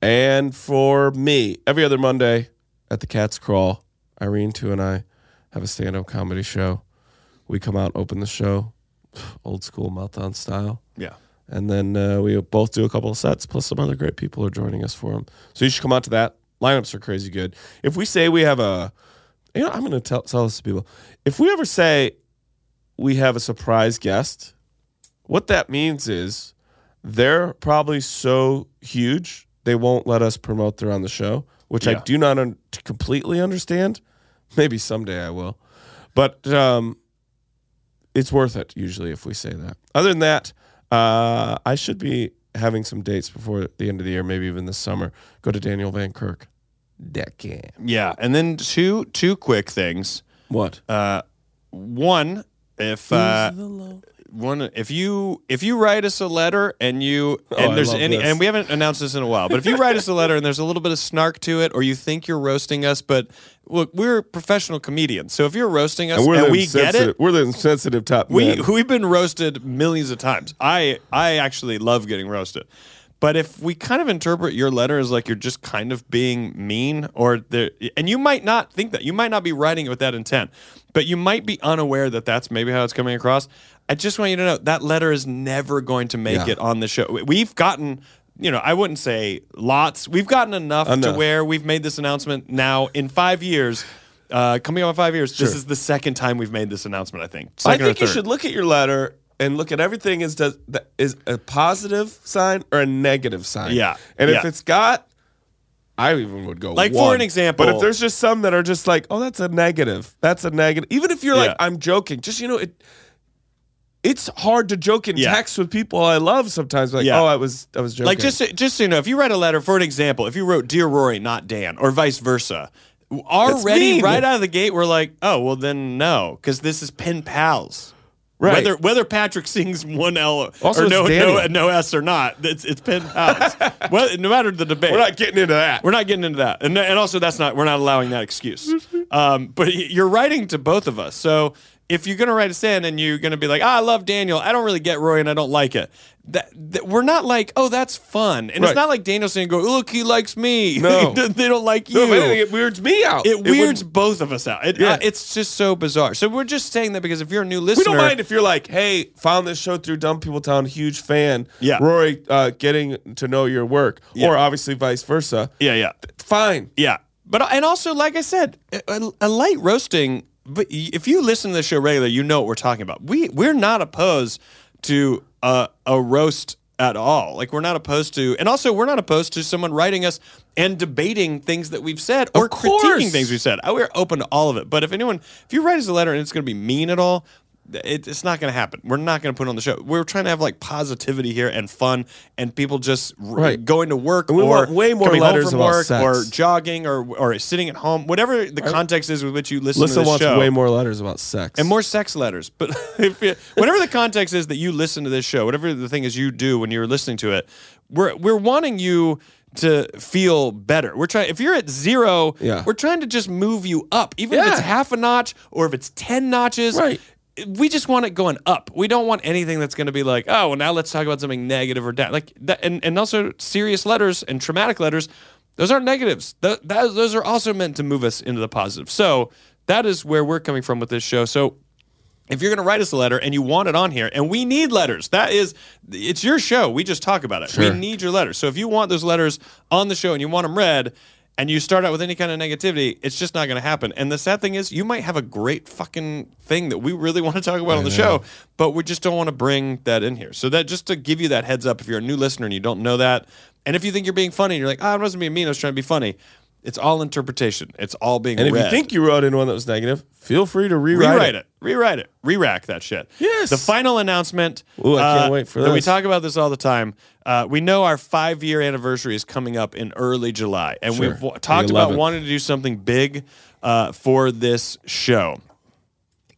Speaker 2: And for me, every other Monday at the Cat's Crawl, Irene, two, and I have a stand up comedy show. We come out, open the show, old school meltdown style.
Speaker 3: Yeah.
Speaker 2: And then uh, we both do a couple of sets, plus some other great people are joining us for them. So you should come out to that. Lineups are crazy good. If we say we have a, you know, I'm going to tell, tell this to people. If we ever say we have a surprise guest, what that means is they're probably so huge they won't let us promote their on the show, which I
Speaker 3: Yeah.
Speaker 2: do not un- completely understand. Maybe someday I will, but um, it's worth it usually if we say that. Other than that, uh, I should be having some dates before the end of the year, maybe even this summer. Go to Daniel Van Kirk. Deckham.
Speaker 3: Yeah, and then two
Speaker 2: Uh,
Speaker 3: two quick things.
Speaker 2: What?
Speaker 3: Uh, one, if uh, one if you if you write us a letter and you and
Speaker 2: Oh, I
Speaker 3: there's
Speaker 2: love
Speaker 3: any
Speaker 2: this.
Speaker 3: and we haven't announced this in a while, but if you write us a letter and there's a little bit of snark to it, or you think you're roasting us, but look, we're professional comedians, so if you're roasting us
Speaker 2: And we're
Speaker 3: and
Speaker 2: the
Speaker 3: we get
Speaker 2: insensitive-
Speaker 3: it,
Speaker 2: We're the insensitive top
Speaker 3: Uh, we
Speaker 2: men.
Speaker 3: we've been roasted millions of times. I I actually love getting roasted. But if we kind of interpret your letter as like you're just kind of being mean or there and you might not think that. You might not be writing it with that intent. But you might be unaware that that's maybe how it's coming across. I just want you to know that letter is never going to make
Speaker 2: Yeah.
Speaker 3: it on the show. We- We've gotten you know, I wouldn't say lots. We've gotten enough,
Speaker 2: Enough.
Speaker 3: to where we've made this announcement now in five years, uh, coming up on five years. This
Speaker 2: Sure.
Speaker 3: is the second time we've made this announcement. I think.
Speaker 2: I
Speaker 3: Second or
Speaker 2: think you
Speaker 3: third.
Speaker 2: should look at your letter and look at everything as does that is a positive sign or a negative sign.
Speaker 3: Yeah,
Speaker 2: And if
Speaker 3: yeah.
Speaker 2: it's got I even would go
Speaker 3: Like, for
Speaker 2: one.
Speaker 3: an example-
Speaker 2: But if there's just some that are just like, oh, that's a negative. That's a negative. Even if you're
Speaker 3: Yeah.
Speaker 2: like, I'm joking, just you know, it it's hard to joke in
Speaker 3: Yeah.
Speaker 2: text with people I love sometimes. Like,
Speaker 3: Yeah.
Speaker 2: oh, I was I was joking.
Speaker 3: Like just so- just so you know, if you write a letter, for an example, if you wrote "Dear Rory," not Dan, or vice versa, already
Speaker 2: mean.
Speaker 3: right out of the gate, we're like, oh well, then no, because this is pen pals.
Speaker 2: Right.
Speaker 3: Whether whether Patrick sings one L
Speaker 2: Also,
Speaker 3: or
Speaker 2: it's
Speaker 3: no, no
Speaker 2: Daniel.
Speaker 3: no S or not, it's it's pen pals. well, no matter the debate,
Speaker 2: we're not getting into that.
Speaker 3: We're not getting into that, and and also that's not we're not allowing that excuse. Um, but y- you're writing to both of us, so if you're gonna write us in and you're gonna be like, ah, I love Daniel, I don't really get Roy, and I don't like it. That, that- we're not like, oh, that's fun, and
Speaker 2: Right.
Speaker 3: it's not like Daniel's saying, go, look, he likes me.
Speaker 2: No.
Speaker 3: they don't like you.
Speaker 2: no, if anything, it weirds me out.
Speaker 3: it weirds
Speaker 2: wouldn't-
Speaker 3: both of us out. It-
Speaker 2: Yeah.
Speaker 3: uh, it's just so bizarre. So we're just saying that because if you're a new listener,
Speaker 2: We don't mind if you're like, hey, found this show through Dumb People Town, huge fan.
Speaker 3: Yeah.
Speaker 2: Rory, uh, getting to know your work,
Speaker 3: Yeah.
Speaker 2: or obviously vice versa.
Speaker 3: yeah, yeah.
Speaker 2: Fine.
Speaker 3: Yeah, but uh, and also, like I said, a, a light roasting. But y- if you listen to the show regularly, you know what we're talking about. We we're not opposed to a, a roast at all. Like we're not opposed to, and also we're not opposed to someone writing us and debating things that we've said or critiquing
Speaker 2: course.
Speaker 3: things we've said. Uh, We're open to all of it. But if anyone, if you write us a letter and it's going to be mean at all. th- It, it's not going to happen. We're not going to put it on the show. We're trying to have like positivity here and fun, and people just r-
Speaker 2: Right.
Speaker 3: going to work
Speaker 2: And we
Speaker 3: or
Speaker 2: want way more
Speaker 3: coming home
Speaker 2: letters
Speaker 3: from
Speaker 2: about
Speaker 3: work
Speaker 2: sex.
Speaker 3: or jogging or or sitting at home, whatever the context is with which you listen
Speaker 2: Listen
Speaker 3: to this
Speaker 2: wants
Speaker 3: show.
Speaker 2: way more letters about sex.
Speaker 3: and more sex letters. But if you, whatever the context is that you listen to this show, whatever the thing is you do when you're listening to it, we're we're wanting you to feel better. We're trying if you're at zero,
Speaker 2: Yeah.
Speaker 3: we're trying to just move you up. Even if it's
Speaker 2: Yeah.
Speaker 3: half a notch or if it's ten notches.
Speaker 2: Right.
Speaker 3: We just want it going up. We don't want anything that's going to be like, oh, well, now let's talk about something negative or down. Like that, and, and also serious letters and traumatic letters. Those aren't negatives. Th- that, those are also meant to move us into the positive. So that is where we're coming from with this show. So if you're going to write us a letter and you want it on here, and we need letters, that is, it's your show. We just talk about it. We need your letters. So if you want those letters on the show and you want them read, and you start out with any kind of negativity, it's just not going to happen. And the sad thing is, you might have a great fucking thing that we really want to talk about on the show, but we just don't want to bring that in here. So that just to give you that heads up, if you're a new listener and you don't know that, and if you think you're being funny, and you're like, "Ah, I wasn't being mean. I was trying to be funny." It's all interpretation. It's all being
Speaker 2: And if
Speaker 3: read.
Speaker 2: you think you wrote in one that was negative, feel free to rewrite,
Speaker 3: Rewrite it. Rewrite it. Re-rack that shit.
Speaker 2: Yes.
Speaker 3: The final announcement. uh,
Speaker 2: Ooh, I can't wait for
Speaker 3: that We
Speaker 2: this.
Speaker 3: talk about this all the time. Uh, we know our five-year anniversary is coming up in early July, and
Speaker 2: Sure.
Speaker 3: we've w-
Speaker 2: The
Speaker 3: talked about
Speaker 2: 11th.
Speaker 3: wanting to do something big uh, for this show.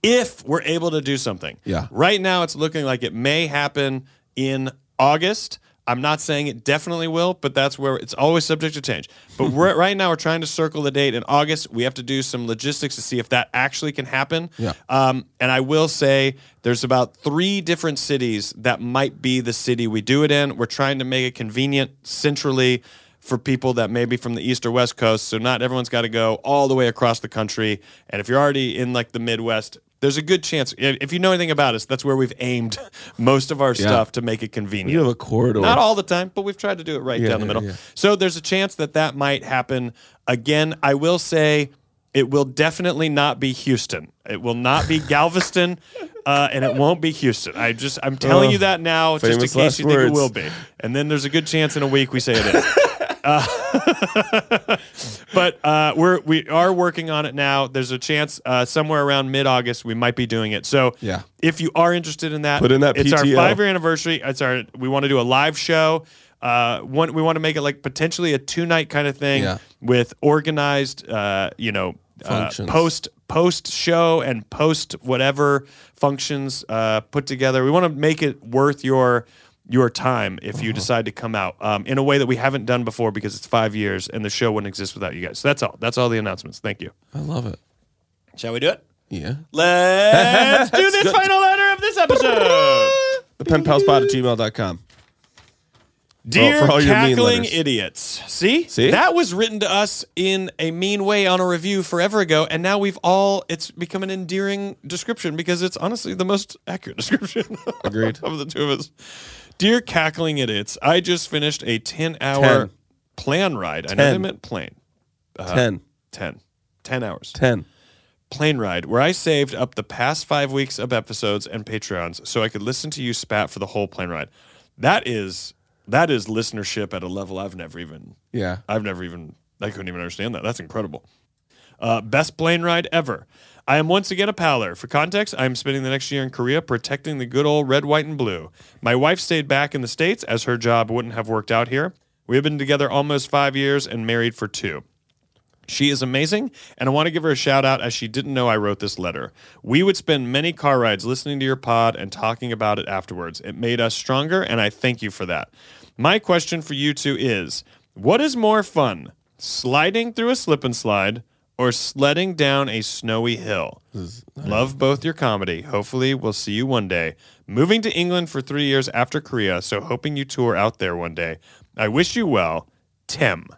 Speaker 3: If we're able to do something,
Speaker 2: Yeah.
Speaker 3: Right now, it's looking like it may happen in August. I'm not saying it definitely will, but that's where it's always subject to change. But we're right now we're trying to circle the date in August. We have to do some logistics to see if that actually can happen.
Speaker 2: Yeah.
Speaker 3: Um, and I will say there's about three different cities that might be the city we do it in. We're trying to make it convenient centrally for people that may be from the east or west coast. So not everyone's got to go all the way across the country. And if you're already in like the Midwest, there's a good chance. If if you know anything about us, that's where we've aimed most of our stuff to make it convenient.
Speaker 2: You have a corridor.
Speaker 3: Not all the time, but we've tried to do it right
Speaker 2: Yeah,
Speaker 3: down the
Speaker 2: yeah,
Speaker 3: middle.
Speaker 2: yeah.
Speaker 3: So there's a chance that that might happen again. I will say it will definitely not be Houston. It will not be Galveston, uh, and it won't be Houston. I just I'm telling
Speaker 2: Oh,
Speaker 3: you that now, just in
Speaker 2: famous
Speaker 3: case
Speaker 2: last
Speaker 3: you think it
Speaker 2: words.
Speaker 3: will be. And then there's a good chance in a week we say it is. Uh, but uh, we're we are working on it now. There's a chance uh, somewhere around mid August we might be doing it. So
Speaker 2: Yeah.
Speaker 3: if you are interested in that,
Speaker 2: Put in that
Speaker 3: it's our
Speaker 2: PTO.
Speaker 3: five year anniversary. It's our we want to do a live show. Uh, one, we want to make it like potentially a two night kind of thing
Speaker 2: Yeah.
Speaker 3: with organized, uh, you know, uh,
Speaker 2: Functions.
Speaker 3: post post show and post whatever functions uh, put together. We want to make it worth your your time if
Speaker 2: Uh-huh.
Speaker 3: you decide to come out um, in a way that we haven't done before because it's five years and the show wouldn't exist without you guys. So that's all. That's all the announcements. Thank you.
Speaker 2: I love it.
Speaker 3: Shall we do it?
Speaker 2: Yeah.
Speaker 3: Let's do
Speaker 2: That's
Speaker 3: this
Speaker 2: good.
Speaker 3: final letter of this episode.
Speaker 2: The penpalspod at gmail.com.
Speaker 3: Dear
Speaker 2: for all your mean
Speaker 3: cackling
Speaker 2: letters.
Speaker 3: idiots. See?
Speaker 2: See?
Speaker 3: That was written to us in a mean way on a review forever ago, and now we've all it's become an endearing description because it's honestly the most accurate description
Speaker 2: Agreed.
Speaker 3: of the two of us. Dear cackling idiots, I just finished a 10 hour
Speaker 2: Ten.
Speaker 3: plan ride. I know
Speaker 2: Ten.
Speaker 3: they meant plane. Uh,
Speaker 2: 10.
Speaker 3: 10. 10 hours
Speaker 2: 10.
Speaker 3: plane ride where I saved up the past five weeks of episodes and Patreons so I could listen to you spat for the whole plane ride. That is that is listenership at a level I've never even
Speaker 2: Yeah.
Speaker 3: I've never even I couldn't even understand that. That's incredible. Uh, best plane ride ever. I am once again a paler. For context, I am spending the next year in Korea protecting the good old red, white, and blue. My wife stayed back in the States as her job wouldn't have worked out here. We have been together almost five years and married for two. She is amazing, and I want to give her a shout out as she didn't know I wrote this letter. We would spend many car rides listening to your pod and talking about it afterwards. It made us stronger, and I thank you for that. My question for you two is what is more fun, sliding through a slip and slide or sledding down a snowy hill? Love both your comedy. Hopefully, we'll see you one day. Moving to England for three years after Korea, so hoping you tour out there one day. I wish you well, Tim.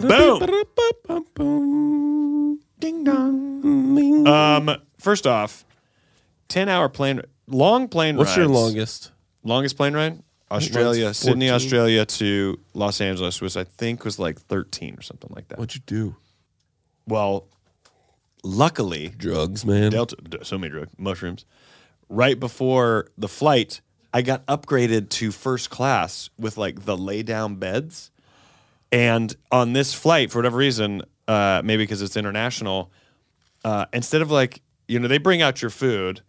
Speaker 3: Boom.
Speaker 2: Boom. Ding dong. Ding.
Speaker 3: Um, first off, ten hour plane, long plane.
Speaker 2: What's your
Speaker 3: rides.
Speaker 2: longest?
Speaker 3: longest plane ride? Australia,
Speaker 2: Mine's
Speaker 3: Sydney,
Speaker 2: 14.
Speaker 3: Australia to Los Angeles, which I think was like thirteen or something like that.
Speaker 2: What'd you do?
Speaker 3: Well, luckily,
Speaker 2: Drugs, man.
Speaker 3: Delta, d- so many drugs, mushrooms. Right before the flight, I got upgraded to first class with like the lay down beds. And on this flight, for whatever reason, uh, maybe because it's international, uh, instead of like, you know, they bring out your food.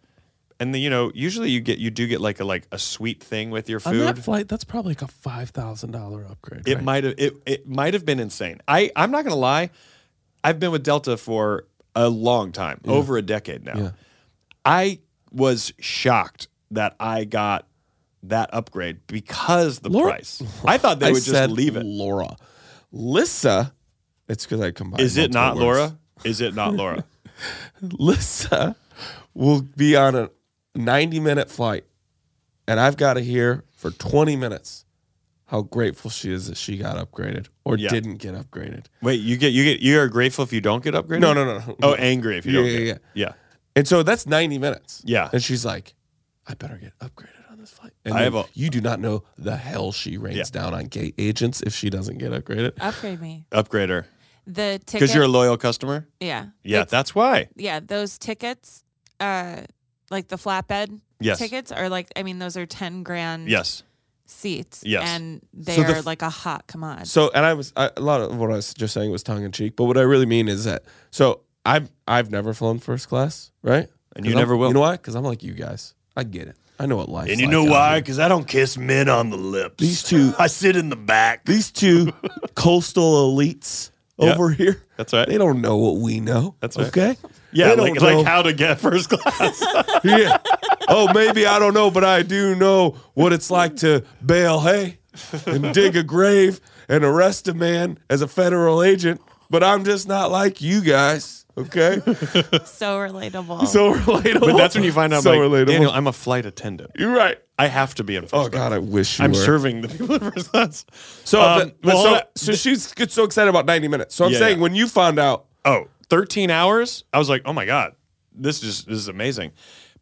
Speaker 3: And then, you know, usually you get, you do get like a, like a sweet thing with your
Speaker 2: On
Speaker 3: food.
Speaker 2: that flight, that's probably like a five thousand dollar upgrade.
Speaker 3: It
Speaker 2: right?
Speaker 3: might have it it might have been insane. I I'm not gonna lie, I've been with Delta for a long time, over a decade now.
Speaker 2: Yeah.
Speaker 3: I was shocked that I got that upgrade because the
Speaker 2: Laura-
Speaker 3: price. I thought they
Speaker 2: I
Speaker 3: would just
Speaker 2: said
Speaker 3: leave it.
Speaker 2: Laura, Lissa. It's because I combined.
Speaker 3: Is it not
Speaker 2: multiple words.
Speaker 3: Laura? Is it not Laura?
Speaker 2: Lissa will be on a ninety-minute flight, and I've got to hear for twenty minutes how grateful she is that she got upgraded or
Speaker 3: Yeah.
Speaker 2: didn't get upgraded.
Speaker 3: Wait, you get you get you are grateful if you don't get upgraded.
Speaker 2: No, no, no, no.
Speaker 3: Oh, angry if you don't.
Speaker 2: Yeah,
Speaker 3: get
Speaker 2: yeah,
Speaker 3: yeah.
Speaker 2: And so that's ninety minutes.
Speaker 3: Yeah.
Speaker 2: and she's like, "I better get upgraded on this flight." And
Speaker 3: I
Speaker 2: then
Speaker 3: have a-
Speaker 2: you do not know the hell she rains
Speaker 3: Yeah.
Speaker 2: down on gate agents if she doesn't get upgraded.
Speaker 5: Upgrade me.
Speaker 3: Upgrader
Speaker 5: The ticket.
Speaker 3: because you're a loyal customer.
Speaker 5: yeah.
Speaker 3: Yeah,
Speaker 5: It's-
Speaker 3: that's why.
Speaker 5: yeah. Those tickets, uh, like the flatbed
Speaker 3: Yes.
Speaker 5: tickets, are like I mean those are ten grand
Speaker 3: Yes.
Speaker 5: seats.
Speaker 3: Yes.
Speaker 5: And they
Speaker 2: So
Speaker 5: are
Speaker 2: the f-
Speaker 5: like a hot commodity.
Speaker 2: So, and I was I, a lot of what I was just saying was tongue in cheek, but what I really mean is that so I've I've never flown first class, right? 'Cause
Speaker 3: And you
Speaker 2: I'm-
Speaker 3: never will.
Speaker 2: You know why? Because I'm like you guys. I get it. I know what life.
Speaker 3: And you know why? Because I don't kiss men on the lips.
Speaker 2: These two-
Speaker 3: I sit in the back.
Speaker 2: These two coastal elites
Speaker 3: Yeah.
Speaker 2: over here.
Speaker 3: That's right.
Speaker 2: They don't know what we know.
Speaker 3: That's right.
Speaker 2: Okay.
Speaker 3: yeah,
Speaker 2: They don't
Speaker 3: like, like
Speaker 2: know.
Speaker 3: how to get first class.
Speaker 2: yeah. Oh, maybe I don't know, but I do know what it's like to bale hay and dig a grave and arrest a man as a federal agent. But I'm just not like you guys. Okay.
Speaker 5: so relatable.
Speaker 2: so relatable.
Speaker 3: but that's when you find out,
Speaker 2: So
Speaker 3: like,
Speaker 2: relatable.
Speaker 3: Daniel, I'm a flight attendant.
Speaker 2: You're right.
Speaker 3: I have to be in first
Speaker 2: Oh
Speaker 3: class.
Speaker 2: God, I wish you
Speaker 3: I'm
Speaker 2: were.
Speaker 3: serving the people in first class.
Speaker 2: So,
Speaker 3: Um,
Speaker 2: but- but
Speaker 3: well,
Speaker 2: so,
Speaker 3: hold on.
Speaker 2: so she's gets so excited about 90 minutes. So I'm
Speaker 3: Yeah,
Speaker 2: saying
Speaker 3: yeah.
Speaker 2: when you found out,
Speaker 3: oh, 13 hours? I was like, oh my God, this is, this is amazing.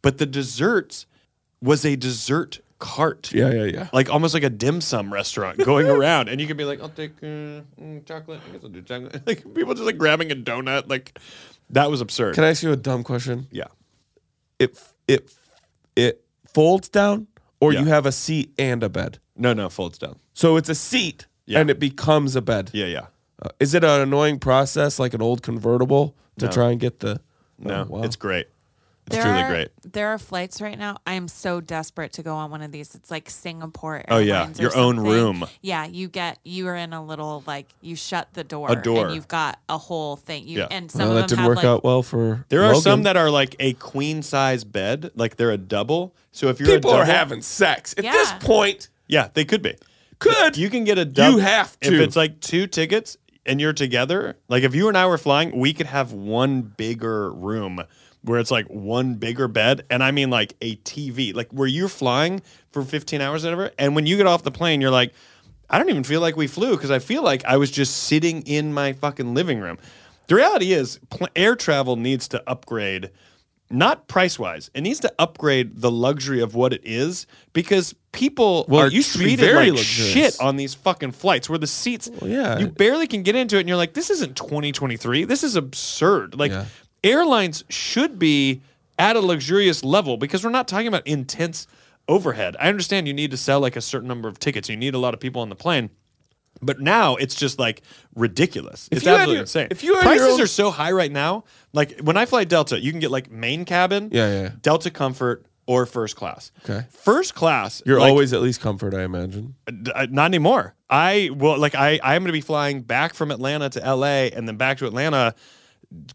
Speaker 3: But the dessert was a dessert cart.
Speaker 2: yeah, yeah, yeah.
Speaker 3: Like almost like a dim sum restaurant going around, and you can be like, "I'll take uh, mm, chocolate. I guess I'll do chocolate." Like people just like grabbing a donut. Like that was absurd.
Speaker 2: Can I ask you a dumb question?
Speaker 3: yeah.
Speaker 2: It it it folds down, or
Speaker 3: Yeah.
Speaker 2: you have a seat and a bed.
Speaker 3: No, no, folds down.
Speaker 2: So it's a seat
Speaker 3: Yeah.
Speaker 2: and it becomes a bed.
Speaker 3: Yeah, yeah.
Speaker 2: Uh, is it an annoying process like an old convertible to
Speaker 3: No.
Speaker 2: try and get the?
Speaker 3: No,
Speaker 2: Oh, wow.
Speaker 3: it's great. It's
Speaker 5: There
Speaker 3: truly
Speaker 5: are-
Speaker 3: great.
Speaker 5: There are flights right now. I am so desperate to go on one of these. It's like Singapore.
Speaker 3: Oh, yeah.
Speaker 5: Airlines or
Speaker 3: Your own
Speaker 5: something.
Speaker 3: room.
Speaker 5: Yeah, you get you are in a little like you shut the door.
Speaker 3: A door.
Speaker 5: And you've got a whole thing. You and some
Speaker 2: Well,
Speaker 5: of
Speaker 2: that
Speaker 5: them
Speaker 2: didn't
Speaker 5: have
Speaker 2: work
Speaker 5: like,
Speaker 2: out well for.
Speaker 3: There are
Speaker 2: Logan.
Speaker 3: some that are like a queen size bed, like they're a double. So if you're
Speaker 2: People
Speaker 3: a
Speaker 2: are
Speaker 3: double,
Speaker 2: having sex at this point.
Speaker 3: Yeah, they could be. Could you can get a double?
Speaker 2: You have
Speaker 3: If
Speaker 2: to.
Speaker 3: it's like two tickets and you're together, like if you and I were flying, we could have one bigger room where it's like one bigger bed, and I mean like a TV, like where you're flying for 15 hours or whatever, and when you get off the plane, you're like, I don't even feel like we flew because I feel like I was just sitting in my fucking living room. The reality is, pl- air travel needs to upgrade not price wise. It needs to upgrade the luxury of what it is because people
Speaker 2: Well,
Speaker 3: are
Speaker 2: it used to be
Speaker 3: treated
Speaker 2: very
Speaker 3: like
Speaker 2: luxurious.
Speaker 3: shit on these fucking flights where the seats
Speaker 2: yeah.
Speaker 3: you barely can get into it and you're like this isn't 2023. This is absurd. Like airlines should be at a luxurious level because we're not talking about intense overhead. I understand you need to sell like a certain number of tickets. You need a lot of people on the plane. But now it's just like ridiculous.
Speaker 2: If
Speaker 3: it's
Speaker 2: you had
Speaker 3: absolutely
Speaker 2: your-
Speaker 3: insane.
Speaker 2: if you had your
Speaker 3: prices
Speaker 2: own-
Speaker 3: are so high right now, like when I fly Delta, you can get like main cabin,
Speaker 2: Yeah, yeah.
Speaker 3: Delta Comfort, or first class.
Speaker 2: Okay.
Speaker 3: First class,
Speaker 2: You're
Speaker 3: like,
Speaker 2: always at least comfort, I imagine.
Speaker 3: d- uh, not anymore. I well, like I I'm going to be flying back from Atlanta to L.A. and then back to Atlanta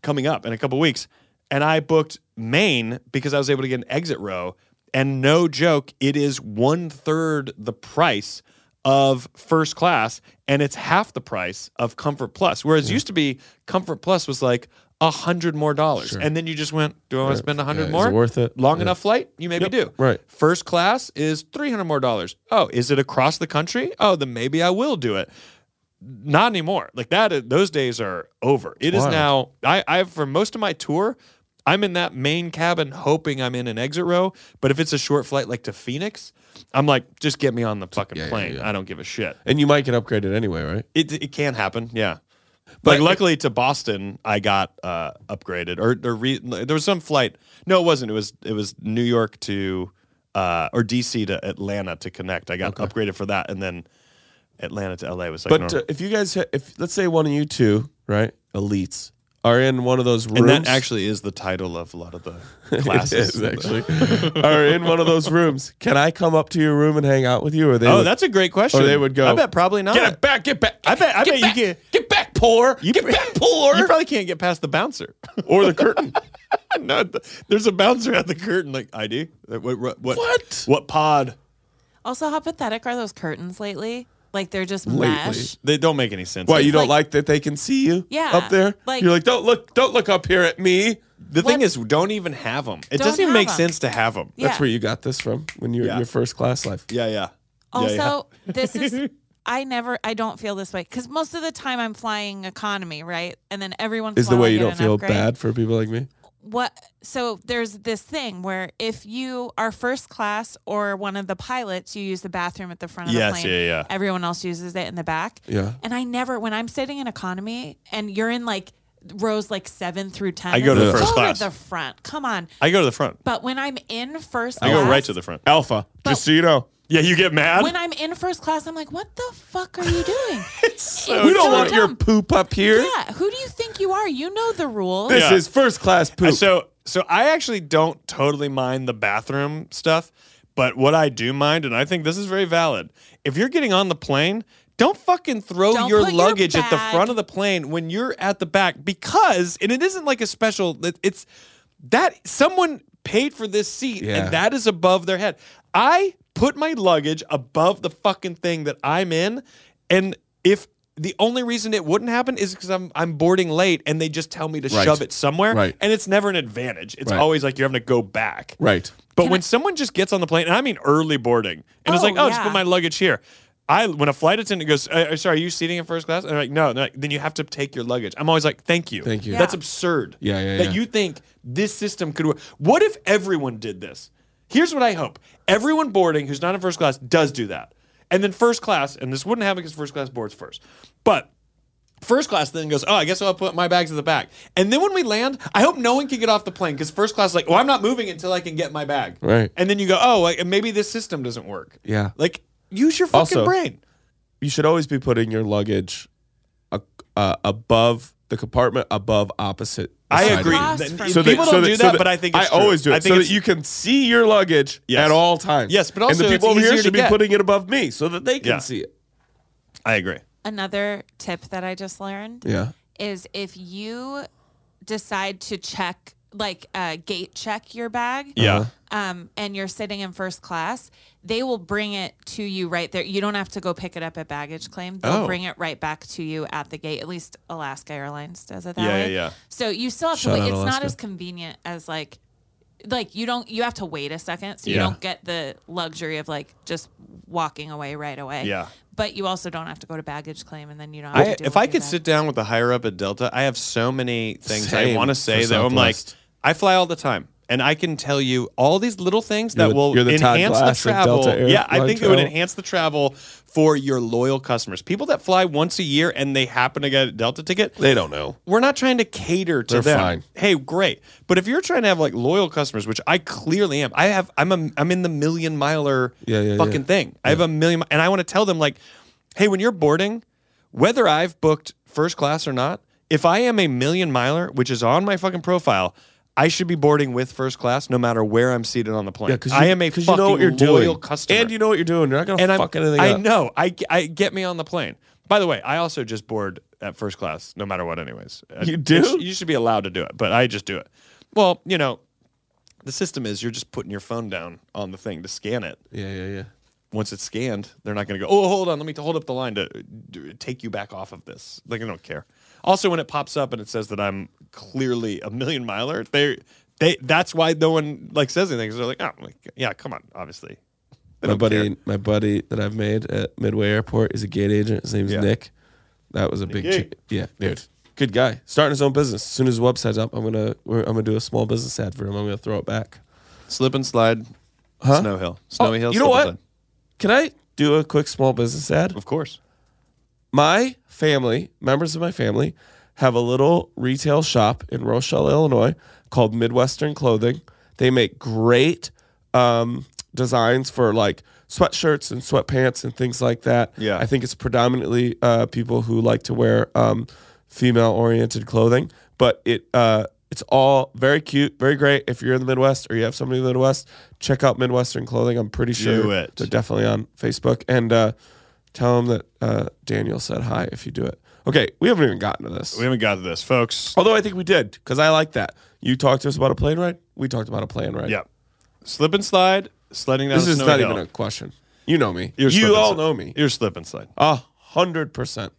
Speaker 3: coming up in a couple weeks. And I booked Maine because I was able to get an exit row. And no joke, it is one third the price of first class, and it's half the price of Comfort Plus. Whereas used to be Comfort Plus was like a hundred more dollars, and then you just went, "Do I want to spend a hundred
Speaker 2: Yeah, is
Speaker 3: more?
Speaker 2: it worth it?
Speaker 3: Long
Speaker 2: Yeah.
Speaker 3: enough flight? You maybe do.
Speaker 2: right.
Speaker 3: First class is three hundred more dollars. Oh, is it across the country? Oh, then maybe I will do it not anymore. Like that, is- those days are over. It is
Speaker 2: Wild.
Speaker 3: now. I, I for most of my tour, I'm in that main cabin, hoping I'm in an exit row. But if it's a short flight, like to Phoenix, I'm like, just get me on the fucking
Speaker 2: yeah,
Speaker 3: plane.
Speaker 2: yeah.
Speaker 3: I don't give a shit.
Speaker 2: And you might get upgraded anyway, right?
Speaker 3: It it can happen. Yeah.
Speaker 2: But
Speaker 3: like luckily to Boston, I got uh, upgraded or, or re- there was some flight. No, it wasn't. It was it was New York to uh, or DC to Atlanta to connect. I got upgraded for that, and then Atlanta to LA was like.
Speaker 2: But
Speaker 3: normal.
Speaker 2: uh, if you guys, ha- if let's say one of you two, right, elites, are in one of those rooms,
Speaker 3: And that actually is the title of a lot of the
Speaker 2: It
Speaker 3: classes.
Speaker 2: is, actually are in one of those rooms. Can I come up to your room and hang out with you? Or they?
Speaker 3: oh,
Speaker 2: would-
Speaker 3: that's a great question.
Speaker 2: Or they would go.
Speaker 3: I bet probably not.
Speaker 2: Get it back! Get back!
Speaker 3: I bet. I bet you can.
Speaker 2: Get back, poor!
Speaker 3: You
Speaker 2: get
Speaker 3: pr-
Speaker 2: back, poor!
Speaker 3: You probably can't get past the bouncer.
Speaker 2: or the curtain.
Speaker 3: no, th- there's a bouncer at the curtain. Like ID. What? What? What?
Speaker 2: What?
Speaker 3: what pod?
Speaker 5: Also, how pathetic are those curtains lately? Like they're just
Speaker 2: Lately.
Speaker 5: mesh.
Speaker 3: They don't make any sense.
Speaker 2: Why you
Speaker 5: It's
Speaker 2: don't like,
Speaker 5: like-
Speaker 2: that they can see you?
Speaker 5: Yeah,
Speaker 2: up there.
Speaker 5: like-
Speaker 2: You're like, don't look, don't look up here at me.
Speaker 3: The thing
Speaker 5: Let's-
Speaker 3: is, don't even have them. It
Speaker 5: Don't
Speaker 3: doesn't even
Speaker 5: have
Speaker 3: make
Speaker 5: 'em.
Speaker 3: sense to have them.
Speaker 5: Yeah.
Speaker 2: That's where you got this from when you were
Speaker 3: Yeah.
Speaker 2: in your first class life.
Speaker 3: Yeah, yeah.
Speaker 5: Also,
Speaker 3: yeah,
Speaker 5: this is I never I don't feel this way because most of the time I'm flying economy, right? And then everyone's
Speaker 2: Is the way you don't feel bad for people like me?
Speaker 5: What? So there's this thing where if you are first class or one of the pilots, you use the bathroom at the front of
Speaker 3: Yes,
Speaker 5: the plane.
Speaker 3: yeah, yeah.
Speaker 5: Everyone else uses it in the back.
Speaker 2: Yeah.
Speaker 5: And I never when I'm sitting in economy and you're in like rows like seven through ten.
Speaker 3: I go to
Speaker 5: it's
Speaker 3: the
Speaker 5: like,
Speaker 3: first
Speaker 5: go
Speaker 3: class.
Speaker 5: To the front. Come on.
Speaker 3: I go to the front.
Speaker 5: But when I'm in first,
Speaker 3: I go
Speaker 5: class-
Speaker 3: right to the front.
Speaker 2: Alpha. just so you know,
Speaker 3: Yeah, you get mad.
Speaker 5: when I'm in first class, I'm like, what the fuck are you doing?
Speaker 3: so
Speaker 5: It's
Speaker 2: we don't want your
Speaker 5: dumb.
Speaker 2: poop up here.
Speaker 5: Yeah, who do you think you are? You know the rules.
Speaker 2: This
Speaker 3: Yeah.
Speaker 2: is first class poop.
Speaker 3: So so I actually don't totally mind the bathroom stuff, but what I do mind, and I think this is very valid, if you're getting on the plane, don't fucking throw
Speaker 5: Don't
Speaker 3: your
Speaker 5: put your
Speaker 3: luggage at the
Speaker 5: bag-
Speaker 3: front of the plane when you're at the back because and it isn't like a special it- it's that someone paid for this seat
Speaker 2: Yeah.
Speaker 3: and that is above their head. I put my luggage above the fucking thing that I'm in and if the only reason it wouldn't happen is because I'm I'm boarding late and they just tell me to
Speaker 2: Right.
Speaker 3: shove it somewhere
Speaker 2: Right.
Speaker 3: and it's never an advantage. It's
Speaker 2: Right.
Speaker 3: always like you're having to go back.
Speaker 2: right.
Speaker 3: But when someone just gets on the plane, and I mean early boarding, and it's
Speaker 5: Oh,
Speaker 3: like, oh, just
Speaker 5: yeah.
Speaker 3: put my luggage here. I when a flight attendant goes, uh, sorry, are you seating in first class? And I'm like, no, And they're like, then you have to take your luggage. I'm always like, thank you,
Speaker 2: Thank you.
Speaker 3: That's absurd.
Speaker 2: Yeah, yeah,
Speaker 3: That
Speaker 2: yeah.
Speaker 3: you think this system could work. What if everyone did this? Here's what I hope: everyone boarding who's not in first class does do that, and then first class, and this wouldn't happen because first class boards first, but. First class then goes, oh, I guess I'll put my bags at the back. And then when we land, I hope no one can get off the plane because first class is like, well, I'm not moving until I can get my bag.
Speaker 2: Right.
Speaker 3: And then you go, oh, like, maybe this system doesn't work.
Speaker 2: Yeah.
Speaker 3: Like, use your fucking
Speaker 2: Also-
Speaker 3: brain.
Speaker 2: You should always be putting your luggage uh, uh, above the compartment above opposite. the
Speaker 3: I
Speaker 2: side
Speaker 3: agree.
Speaker 2: door.
Speaker 3: Th- people don't do that, but I think it's
Speaker 2: I
Speaker 3: true.
Speaker 2: always do it
Speaker 3: I think
Speaker 2: so that
Speaker 3: it's-
Speaker 2: you can see your luggage at all times.
Speaker 3: Yes, but
Speaker 2: and
Speaker 3: also
Speaker 2: the
Speaker 3: it's
Speaker 2: people over here
Speaker 3: easier to
Speaker 2: should be
Speaker 3: get.
Speaker 2: putting it above me so that they can
Speaker 3: Yeah.
Speaker 2: see it.
Speaker 3: I agree.
Speaker 5: Another tip that I just learned
Speaker 2: Yeah.
Speaker 5: is if you decide to check, like uh, gate check your bag.
Speaker 2: Uh-huh.
Speaker 3: Yeah.
Speaker 5: Um, and you're sitting in first class, they will bring it to you right there. You don't have to go pick it up at baggage claim. They'll
Speaker 3: Oh.
Speaker 5: bring it right back to you at the gate. At least Alaska Airlines does it that
Speaker 3: Yeah, yeah,
Speaker 5: way.
Speaker 3: yeah.
Speaker 5: So you still have
Speaker 3: Shout
Speaker 5: to
Speaker 3: out
Speaker 5: wait. It's not
Speaker 3: Alaska.
Speaker 5: as convenient as like like you don't you have to wait a second so you
Speaker 3: Yeah.
Speaker 5: don't get the luxury of like just walking away right away
Speaker 3: Yeah.
Speaker 5: but you also don't have to go to baggage claim and then you don't have
Speaker 3: I,
Speaker 5: to deal
Speaker 3: if
Speaker 5: with
Speaker 3: I
Speaker 5: your
Speaker 3: could
Speaker 5: bag.
Speaker 3: sit down with the higher up at Delta, I have so many things I
Speaker 2: Same
Speaker 3: want to
Speaker 2: for
Speaker 3: say that I'm like,
Speaker 2: Southwest.
Speaker 3: I fly all the time. And I can tell you all these little things
Speaker 2: You're
Speaker 3: that
Speaker 2: the-
Speaker 3: will
Speaker 2: you're the Todd
Speaker 3: enhance the
Speaker 2: Glass of
Speaker 3: travel.
Speaker 2: Delta Air-
Speaker 3: yeah, I
Speaker 2: Line
Speaker 3: think it would
Speaker 2: travel.
Speaker 3: enhance the travel for your loyal customers. People that fly once a year and they happen to get a Delta ticket,
Speaker 2: They don't know.
Speaker 3: we're not trying to cater to
Speaker 2: They're
Speaker 3: them.
Speaker 2: fine.
Speaker 3: Hey, great. But if you're trying to have like loyal customers, which I clearly am, I have I'm a, I'm in the million miler
Speaker 2: Yeah, yeah,
Speaker 3: fucking
Speaker 2: yeah.
Speaker 3: thing. I have a million mi- and I want to tell them like, hey, when you're boarding, whether I've booked first class or not, if I am a million miler, which is on my fucking profile, I should be boarding with first class no matter where I'm seated on the plane.
Speaker 2: Yeah, because
Speaker 3: I am a fucking
Speaker 2: you know what you're
Speaker 3: loyal
Speaker 2: doing.
Speaker 3: customer.
Speaker 2: and you know what you're doing. You're not gonna
Speaker 3: And I'm-
Speaker 2: fuck anything
Speaker 3: I
Speaker 2: up.
Speaker 3: know. I, I get me on the plane. By the way, I also just board at first class, no matter what. Anyways, Uh,
Speaker 2: You do?
Speaker 3: which You should be allowed to do it, but I just do it. Well, you know, the system is you're just putting your phone down on the thing to scan it.
Speaker 2: Yeah, yeah, yeah.
Speaker 3: Once it's scanned, they're not going to go. Oh, hold on, let me hold up the line to d- take you back off of this. Like I don't care. Also, when it pops up and it says that I'm clearly a million miler, they they that's why no one like says anything 'cause they're like, oh, like, yeah, come on, obviously. They
Speaker 2: my
Speaker 3: don't
Speaker 2: buddy,
Speaker 3: care.
Speaker 2: my buddy that I've made at Midway Airport is a gate agent. His name's
Speaker 3: Yeah.
Speaker 2: Nick. That was a big,
Speaker 3: Nicky.
Speaker 2: cha- yeah, dude. Good guy. Starting his own business. As soon as his website's up, I'm gonna we're, I'm gonna do a small business ad for him. I'm gonna throw it back.
Speaker 3: Slip and slide.
Speaker 2: Huh?
Speaker 3: Snow Hill.
Speaker 2: Oh,
Speaker 3: Snowy Hill.
Speaker 2: you know
Speaker 3: slip and
Speaker 2: what?
Speaker 3: slide.
Speaker 2: Can I do a quick small business ad?
Speaker 3: Of course.
Speaker 2: My family, members of my family, have a little retail shop in Rochelle, Illinois, called Midwestern Clothing. They make great um, designs for like sweatshirts and sweatpants and things like that.
Speaker 3: Yeah.
Speaker 2: I think it's predominantly uh, people who like to wear um, female-oriented clothing, but it uh, it's all very cute, very great. If you're in the Midwest or you have somebody in the Midwest, check out Midwestern Clothing. I'm pretty sure
Speaker 3: Do it.
Speaker 2: they're definitely on Facebook. And uh, tell them that uh, Daniel said hi if you do it. Okay, we haven't even gotten to this.
Speaker 3: We haven't got to this, folks.
Speaker 2: Although I think we did because I like that. You talked to us about a plane ride. We talked about a plane ride.
Speaker 3: Yeah. Slip and slide, sledding down
Speaker 2: This
Speaker 3: a
Speaker 2: is
Speaker 3: snowy
Speaker 2: not
Speaker 3: hill.
Speaker 2: even a question. You know me.
Speaker 3: You're slip
Speaker 2: you
Speaker 3: and
Speaker 2: all
Speaker 3: slide.
Speaker 2: know me.
Speaker 3: You're slip and slide.
Speaker 2: A hundred percent.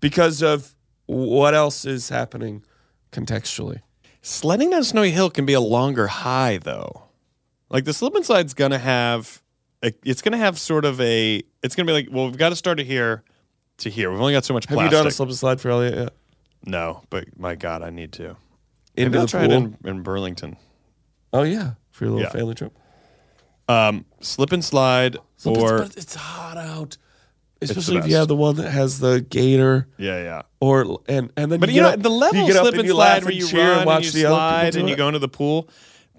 Speaker 2: Because of what else is happening contextually.
Speaker 3: Sledding down Snowy Hill can be a longer high, though. Like the slip and slide's gonna have, it's gonna have sort of a, it's gonna be like, well, we've got to start it here to here. We've only got so much
Speaker 2: Have
Speaker 3: plastic.
Speaker 2: you done a slip and slide for Elliot yet?
Speaker 3: No, but my God, I need to. Maybe
Speaker 2: Into
Speaker 3: I'll
Speaker 2: the
Speaker 3: try
Speaker 2: pool.
Speaker 3: it in, in Burlington.
Speaker 2: Oh yeah, for your little
Speaker 3: Yeah.
Speaker 2: family trip.
Speaker 3: Um, slip and slide or
Speaker 2: but it's hot out,
Speaker 3: the
Speaker 2: especially if you
Speaker 3: best.
Speaker 2: have the one that has the gator.
Speaker 3: yeah, yeah.
Speaker 2: Or and and then
Speaker 3: But
Speaker 2: you,
Speaker 3: you,
Speaker 2: get
Speaker 3: know
Speaker 2: up-
Speaker 3: the level
Speaker 2: you get up
Speaker 3: slip and,
Speaker 2: you
Speaker 3: slide
Speaker 2: laugh
Speaker 3: where you
Speaker 2: cheer
Speaker 3: run
Speaker 2: and watch
Speaker 3: and
Speaker 2: the
Speaker 3: you slide
Speaker 2: other people do
Speaker 3: and you
Speaker 2: it.
Speaker 3: go into the pool.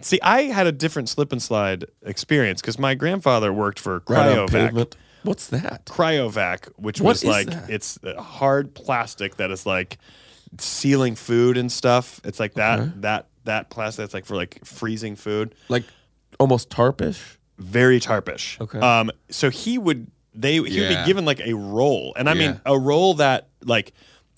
Speaker 3: See, I had a different slip and slide experience because my grandfather worked for
Speaker 2: Right on
Speaker 3: Cryovac.
Speaker 2: pavement. What's that?
Speaker 3: cryovac, which
Speaker 2: What
Speaker 3: was
Speaker 2: is
Speaker 3: like
Speaker 2: that?
Speaker 3: it's uh, hard plastic that is like sealing food and stuff. It's like that that that plastic that's like for like freezing food.
Speaker 2: Like almost tarpish.
Speaker 3: Very tarpish.
Speaker 2: Okay.
Speaker 3: Um. So he would they he would
Speaker 2: Yeah.
Speaker 3: be given like a roll, and I mean
Speaker 2: Yeah.
Speaker 3: a roll that like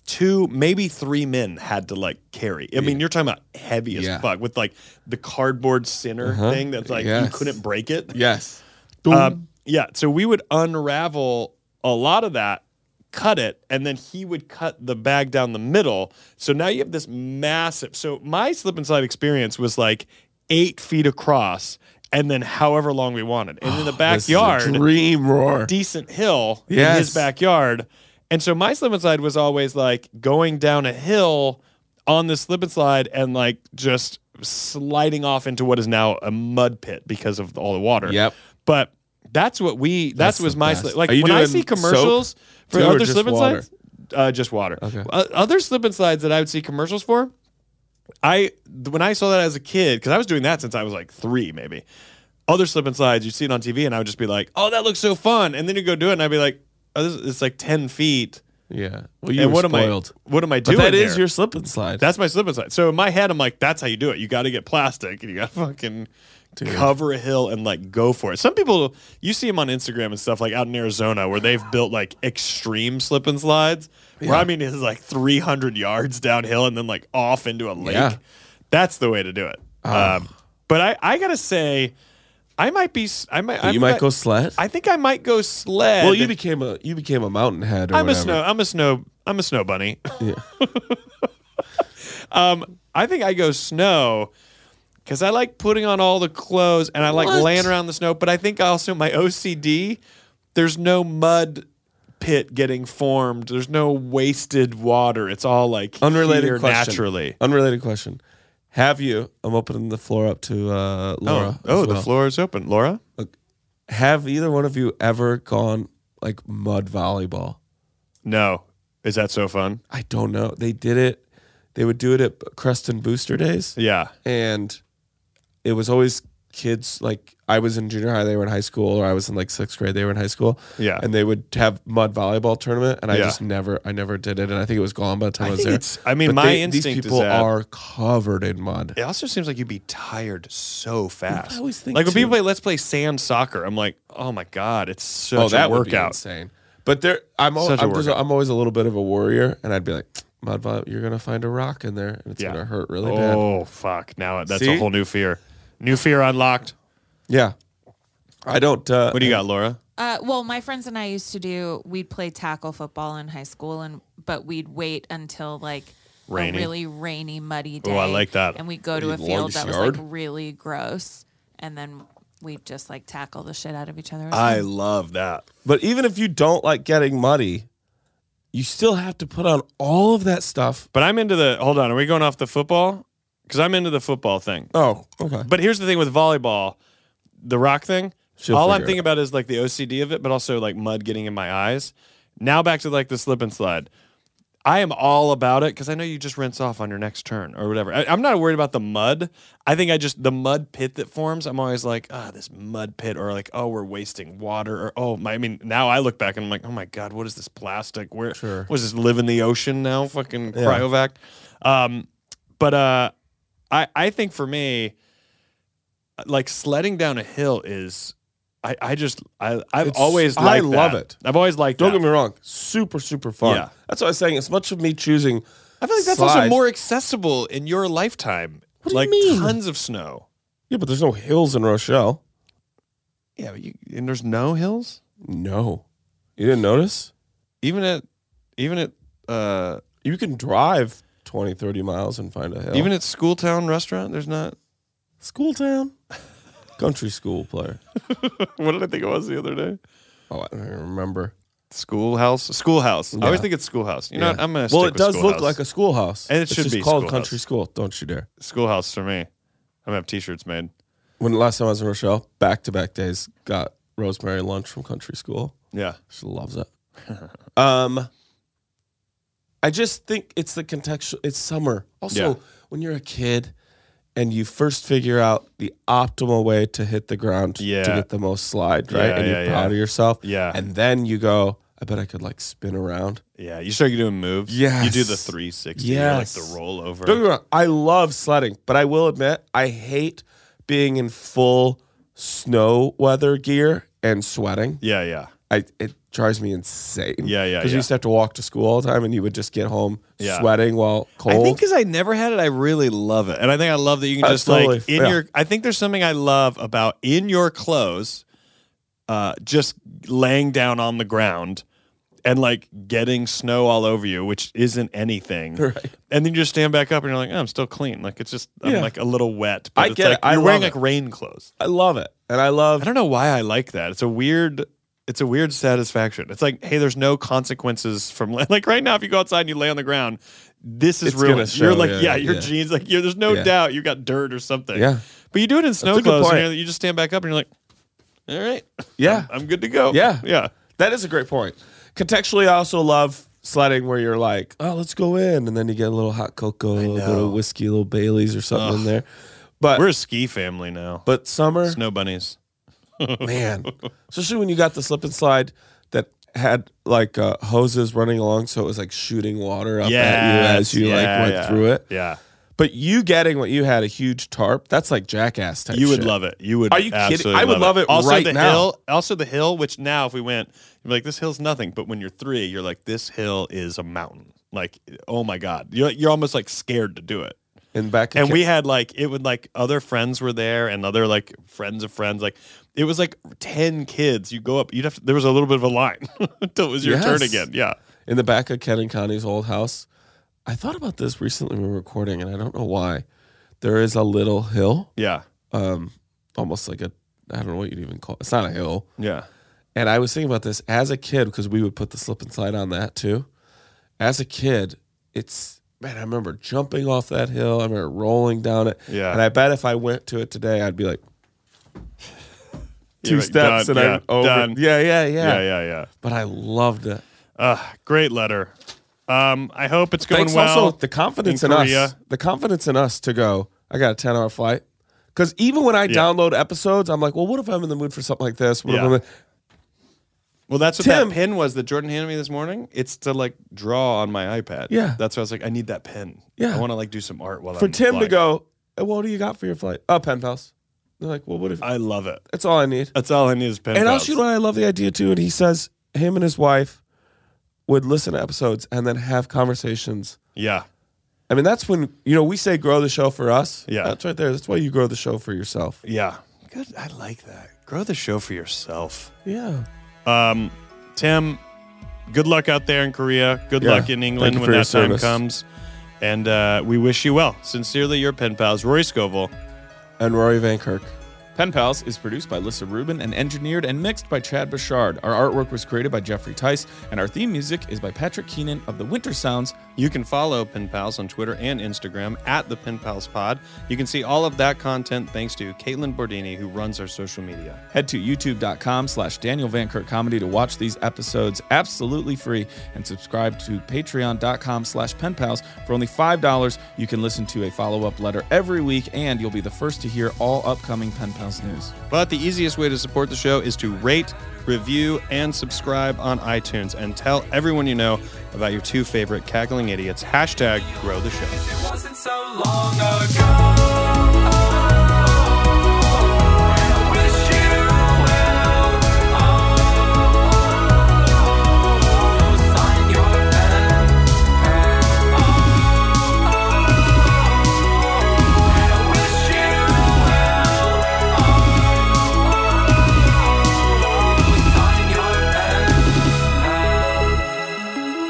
Speaker 3: two maybe three men had to like carry. I mean you're talking about heavy as
Speaker 2: Yeah.
Speaker 3: fuck with like the cardboard center
Speaker 2: Uh-huh.
Speaker 3: thing that's like you
Speaker 2: Yes.
Speaker 3: couldn't break it.
Speaker 2: Yes.
Speaker 3: Um, yeah, so we would unravel a lot of that, cut it, and then he would cut the bag down the middle. So now you have this massive. So my slip and slide experience was like eight feet across, and then however long we wanted. And in the
Speaker 2: This is a
Speaker 3: backyard,
Speaker 2: dream roar.
Speaker 3: decent hill in
Speaker 2: Yes.
Speaker 3: his backyard. And so my slip and slide was always like going down a hill on the slip and slide and like just sliding off into what is now a mud pit because of all the water.
Speaker 2: Yep.
Speaker 3: But that's what we that
Speaker 2: That's the
Speaker 3: was my
Speaker 2: best.
Speaker 3: slip. Like
Speaker 2: Are you
Speaker 3: when I
Speaker 2: doing
Speaker 3: see commercials
Speaker 2: soap
Speaker 3: for
Speaker 2: too, or
Speaker 3: other
Speaker 2: just
Speaker 3: slip and
Speaker 2: water?
Speaker 3: slides, uh, just water.
Speaker 2: Okay.
Speaker 3: Uh, other slip and slides that I would see commercials for, I when I saw that as a kid, because I was doing that since I was like three, maybe. Other slip and slides, you'd see it on TV, and I would just be like, "Oh, that looks so fun!" And then you go do it, and I'd be like, "Oh, this is, it's like ten feet."
Speaker 2: Yeah.
Speaker 3: Well, you were
Speaker 2: what
Speaker 3: spoiled.
Speaker 2: Am I, what am I
Speaker 3: But
Speaker 2: doing?
Speaker 3: that is your
Speaker 2: slip and slide.
Speaker 3: That's my slip and slide. So in my head, I'm like, that's how you do it. You got to get plastic and you got to fucking cover a hill and like go for it. Some people, you see them on Instagram and stuff like out in Arizona where they've built like extreme slip and slides. Where I mean, it's like 300 yards downhill and then like off into a lake.
Speaker 2: Yeah.
Speaker 3: That's the way to do it.
Speaker 2: Ah.
Speaker 3: Um, but I, I gotta say, I might be, s- I might,
Speaker 2: But
Speaker 3: I
Speaker 2: you might go sled?
Speaker 3: I think I might go sled.
Speaker 2: Well, you became a you became a mountain head. Or
Speaker 3: I'm a
Speaker 2: whatever.
Speaker 3: snow. I'm a snow. I'm a snow bunny.
Speaker 2: Yeah.
Speaker 3: um, I think I go snow because I like putting on all the clothes and I like
Speaker 2: What?
Speaker 3: laying around in the snow. But I think also my OCD. There's no mud pit getting formed. There's no wasted water. It's all like
Speaker 2: Unrelated
Speaker 3: here
Speaker 2: question.
Speaker 3: naturally.
Speaker 2: Unrelated question. Have you? I'm opening the floor up to uh, Laura.
Speaker 3: oh,
Speaker 2: as
Speaker 3: the
Speaker 2: well.
Speaker 3: floor is open, Laura.
Speaker 2: Have either one of you ever gone like mud volleyball?
Speaker 3: No. Is that so fun?
Speaker 2: I don't know. They did it. They would do it at Creston Booster Days.
Speaker 3: Yeah.
Speaker 2: And it was always kids like I was in junior high, they were in high school, or I was in like sixth grade, they were in high school.
Speaker 3: Yeah.
Speaker 2: And they would have mud volleyball tournament, and I
Speaker 3: Yeah.
Speaker 2: just never, I never did it, and I think it was gone by the time I,
Speaker 3: I
Speaker 2: was
Speaker 3: think
Speaker 2: there.
Speaker 3: it's- I mean,
Speaker 2: But
Speaker 3: my
Speaker 2: they-
Speaker 3: instinct
Speaker 2: these
Speaker 3: is
Speaker 2: people
Speaker 3: that-
Speaker 2: are covered in mud.
Speaker 3: It also seems like you'd be tired so fast.
Speaker 2: I always think
Speaker 3: like when
Speaker 2: too.
Speaker 3: people play Let's Play Sand Soccer, I'm like, oh my god, it's such
Speaker 2: oh, that
Speaker 3: a
Speaker 2: would be
Speaker 3: workout.
Speaker 2: insane. But there, I'm, al-
Speaker 3: Such a
Speaker 2: I'm, just,
Speaker 3: workout.
Speaker 2: I'm always a little bit of a warrior, and I'd be like, mud volleyball, you're gonna find a rock in there, and it's
Speaker 3: Yeah.
Speaker 2: gonna hurt really bad.
Speaker 3: oh fuck! Now that's
Speaker 2: See?
Speaker 3: a whole new fear. New fear unlocked.
Speaker 2: Yeah. I don't. Uh,
Speaker 3: What do you got, Laura?
Speaker 5: Uh, well, my friends and I used to do. We'd play tackle football in high school, and but we'd wait until like
Speaker 3: Rainy.
Speaker 5: a really rainy, muddy day.
Speaker 3: Oh, I like that.
Speaker 5: And we'd go to a
Speaker 3: The
Speaker 5: field that was
Speaker 3: longest
Speaker 5: like
Speaker 3: yard.
Speaker 5: really gross, and then we'd just like tackle the shit out of each other.
Speaker 3: I love that.
Speaker 2: But even if you don't like getting muddy, you still have to put on all of that stuff.
Speaker 3: But I'm into the. Hold on, are we going off the football? Because I'm into the football thing.
Speaker 2: Oh, okay.
Speaker 3: But here's the thing with volleyball, the rock thing.
Speaker 2: She'll
Speaker 3: all I'm
Speaker 2: figure it
Speaker 3: thinking about is like the OCD of it, but also like mud getting in my eyes. Now back to like the slip and slide. I am all about it because I know you just rinse off on your next turn or whatever. I, am not worried about the mud. I think I just the mud pit that forms. I'm always like, ah, this mud pit, or like, oh, we're wasting water, or oh, my. I mean, now I look back and I'm like, oh my god, what is this plastic? Where
Speaker 2: Sure.
Speaker 3: was this live in the ocean now? Fucking cryovac. Um, but uh, I I think for me, like sledding down a hill is. I, I just I I've
Speaker 2: It's-
Speaker 3: always
Speaker 2: I
Speaker 3: liked
Speaker 2: love
Speaker 3: that.
Speaker 2: it.
Speaker 3: I've always liked
Speaker 2: Don't
Speaker 3: that.
Speaker 2: get me wrong, super super fun.
Speaker 3: Yeah.
Speaker 2: That's what I was saying. As much of me choosing,
Speaker 3: I feel like that's
Speaker 2: slide-
Speaker 3: also more accessible in your lifetime.
Speaker 2: What do you
Speaker 3: like
Speaker 2: mean?
Speaker 3: tons of snow.
Speaker 2: Yeah, but there's no hills in Rochelle.
Speaker 3: Yeah, but you, and there's no hills.
Speaker 2: No, you didn't notice.
Speaker 3: Even at even at uh
Speaker 2: You can drive 20, 30 miles and find a hill.
Speaker 3: even at Schooltown restaurant, there's not
Speaker 2: school town, country school player.
Speaker 3: what did I think it was the other day?
Speaker 2: Oh, I don't even remember.
Speaker 3: Schoolhouse. Schoolhouse. I always
Speaker 2: Yeah.
Speaker 3: think it's schoolhouse. You know
Speaker 2: Yeah.
Speaker 3: what? I'm gonna
Speaker 2: Well,
Speaker 3: stick
Speaker 2: it does
Speaker 3: with
Speaker 2: look
Speaker 3: Schoolhouse.
Speaker 2: like a schoolhouse,
Speaker 3: And it
Speaker 2: It's
Speaker 3: should
Speaker 2: just
Speaker 3: be
Speaker 2: called
Speaker 3: schoolhouse.
Speaker 2: country school. Don't you dare.
Speaker 3: schoolhouse for me. I'm gonna have t-shirts made.
Speaker 2: When the last time I was in Rochelle, back to back days, got rosemary lunch from country school.
Speaker 3: Yeah.
Speaker 2: She loves it. um, I just think it's the contextual. It's summer. Also,
Speaker 3: Yeah.
Speaker 2: when you're a kid and you first figure out the optimal way to hit the ground
Speaker 3: Yeah.
Speaker 2: to get the most slide, right?
Speaker 3: Yeah,
Speaker 2: and you're
Speaker 3: yeah,
Speaker 2: proud
Speaker 3: yeah.
Speaker 2: of yourself.
Speaker 3: Yeah.
Speaker 2: And then you go, I bet I could like spin around.
Speaker 3: Yeah. You start doing moves. You do the
Speaker 2: Yes.
Speaker 3: 360. Yeah. Like
Speaker 2: Yes.
Speaker 3: the rollover.
Speaker 2: Don't get me wrong. I love sledding, but I will admit I hate being in full snow weather gear and sweating.
Speaker 3: Yeah. Yeah.
Speaker 2: I it drives me insane.
Speaker 3: Yeah, yeah,
Speaker 2: Because
Speaker 3: yeah.
Speaker 2: you used to have to walk to school all the time, and you would just get home
Speaker 3: Yeah.
Speaker 2: sweating while cold.
Speaker 3: I think because I never had it, I really love it, and I think I love that you can
Speaker 2: Uh,
Speaker 3: just
Speaker 2: totally.
Speaker 3: like in
Speaker 2: Yeah.
Speaker 3: your. I think there's something I love about in your clothes, uh, just laying down on the ground and like getting snow all over you, which isn't anything.
Speaker 2: Right.
Speaker 3: And then you just stand back up and you're like, oh, I'm still clean. Like it's just I'm
Speaker 2: Yeah.
Speaker 3: like a little wet.
Speaker 2: I
Speaker 3: it's
Speaker 2: get it.
Speaker 3: like,
Speaker 2: I
Speaker 3: You're wearing
Speaker 2: love
Speaker 3: like
Speaker 2: it.
Speaker 3: rain clothes.
Speaker 2: I love it, and I love.
Speaker 3: I don't know why I like that. It's a weird. It's a weird satisfaction. It's like, hey, there's no consequences from like right now. If you go outside and you lay on the ground, this is
Speaker 2: It's gonna
Speaker 3: ruined.
Speaker 2: show,
Speaker 3: you're like,
Speaker 2: yeah,
Speaker 3: yeah, your
Speaker 2: yeah.
Speaker 3: jeans, like, you're, there's no
Speaker 2: Yeah.
Speaker 3: doubt you got dirt or something.
Speaker 2: Yeah.
Speaker 3: but you do it in
Speaker 2: a
Speaker 3: snow
Speaker 2: good
Speaker 3: clothes. And
Speaker 2: point.
Speaker 3: you're- you just stand back up and you're like, all right,
Speaker 2: Yeah.
Speaker 3: I'm good to go.
Speaker 2: Yeah.
Speaker 3: yeah,
Speaker 2: that is a great point. Contextually, I also love sledding where you're like, oh, let's go in, and then you get a little hot cocoa, a little bit of whiskey, a little Bailey's or something in there. But
Speaker 3: we're a ski family now.
Speaker 2: but summer,
Speaker 3: Snow bunnies.
Speaker 2: man, especially when you got the slip and slide that had like uh, hoses running along, so it was like shooting water up at you
Speaker 3: Yes,
Speaker 2: as you
Speaker 3: yeah,
Speaker 2: like went
Speaker 3: yeah.
Speaker 2: through it.
Speaker 3: Yeah.
Speaker 2: But you getting what you had a huge tarp, that's like jackass type
Speaker 3: You would
Speaker 2: shit.
Speaker 3: love it. You would.
Speaker 2: Are you kidding?
Speaker 3: absolutely
Speaker 2: I would love it
Speaker 3: also,
Speaker 2: right
Speaker 3: the
Speaker 2: now.
Speaker 3: Hill, also, the hill. Which now, if we went, you'd be like, "This hill's nothing." But when you're three, you're like, "This hill is a mountain." Like, oh my god, you're you're almost like scared to do it.
Speaker 2: And back
Speaker 3: And we had like it would like other friends were there and other like friends of friends like it was like ten kids. You go up, you'd have to, there was a little bit of a line until it was your turn
Speaker 2: Yes.
Speaker 3: again. Yeah,
Speaker 2: in the back of Ken and Connie's old house. I thought about this recently when we were recording, and I don't know why. There is a little hill.
Speaker 3: Yeah.
Speaker 2: Um, almost like a I don't know what you'd even call it. It's not a hill.
Speaker 3: Yeah.
Speaker 2: And I was thinking about this as a kid because we would put the slip and slide on that too. As a kid, it's man, I remember jumping off that hill. I remember rolling down it.
Speaker 3: Yeah.
Speaker 2: And I bet if I went to it today, I'd be like two
Speaker 3: You're like,
Speaker 2: steps and
Speaker 3: done, yeah,
Speaker 2: I'm over.
Speaker 3: done.
Speaker 2: Yeah, yeah, yeah.
Speaker 3: yeah, yeah, yeah.
Speaker 2: But I loved it.
Speaker 3: Uh, great letter. Um, I hope it's going
Speaker 2: Thanks
Speaker 3: well.
Speaker 2: Also, the confidence in,
Speaker 3: Korea.
Speaker 2: us, the confidence in us to go. I got a ten-hour flight. Because even when I download episodes, I'm like, well, what if I'm in the mood for something like this? What if
Speaker 3: Yeah.
Speaker 2: I'm in-
Speaker 3: Well, that's what
Speaker 2: Tim-
Speaker 3: that pin was that Jordan handed me this morning. It's to like draw on my iPad.
Speaker 2: Yeah.
Speaker 3: that's why I was like, I need that pen.
Speaker 2: Yeah.
Speaker 3: I want to like do some art while
Speaker 2: for
Speaker 3: I'm
Speaker 2: Tim to
Speaker 3: flying.
Speaker 2: go? "Eh, What do you got for your flight? Oh, pen pals. They're like, well, what if?
Speaker 3: I love it.
Speaker 2: That's all I need.
Speaker 3: That's all I need is pen.
Speaker 2: and
Speaker 3: pals.
Speaker 2: also, you know, what I love the idea too. And he says him and his wife would listen to episodes and then have conversations.
Speaker 3: yeah,
Speaker 2: I mean, that's when you know we say grow the show for us.
Speaker 3: Yeah.
Speaker 2: that's right there. That's why you grow the show for yourself.
Speaker 3: yeah. Good. I like that. Grow the show for yourself.
Speaker 2: Yeah.
Speaker 3: Um, Tim, good luck out there in Korea. Good
Speaker 2: Yeah.
Speaker 3: luck in
Speaker 2: Thank
Speaker 3: England
Speaker 2: you
Speaker 3: when
Speaker 2: for your
Speaker 3: that time
Speaker 2: service.
Speaker 3: comes. And uh, we wish you well. Sincerely, your pen pals, Rory Scovel.
Speaker 2: And Rory Van Kirk.
Speaker 1: Pen Pals is produced by Lissa Rubin and engineered and mixed by Chad Bouchard. Our artwork was created by Jeffrey Tice, and our theme music is by Patrick Keenan of the Winter Sounds.
Speaker 3: You can follow Pen Pals on Twitter and Instagram at the Pen Pals Pod. You can see all of that content thanks to Caitlin Bordini, who runs our social media.
Speaker 1: Head to youtube.com slash Daniel Van Kirk Comedy to watch these episodes absolutely free and subscribe to patreon.com slash Pen Pals. For only $5, you can listen to a follow-up letter every week, and you'll be the first to hear all upcoming Pen Pals news.
Speaker 3: But the easiest way to support the show is to rate, review, and subscribe on iTunes and tell everyone you know about your two favorite cackling idiots. Hashtag grow the show.
Speaker 7: It wasn't so long ago. And I wish you well. Oh, sign your pen. Oh, and I wish you well. Oh, sign your pen.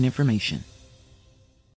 Speaker 8: information.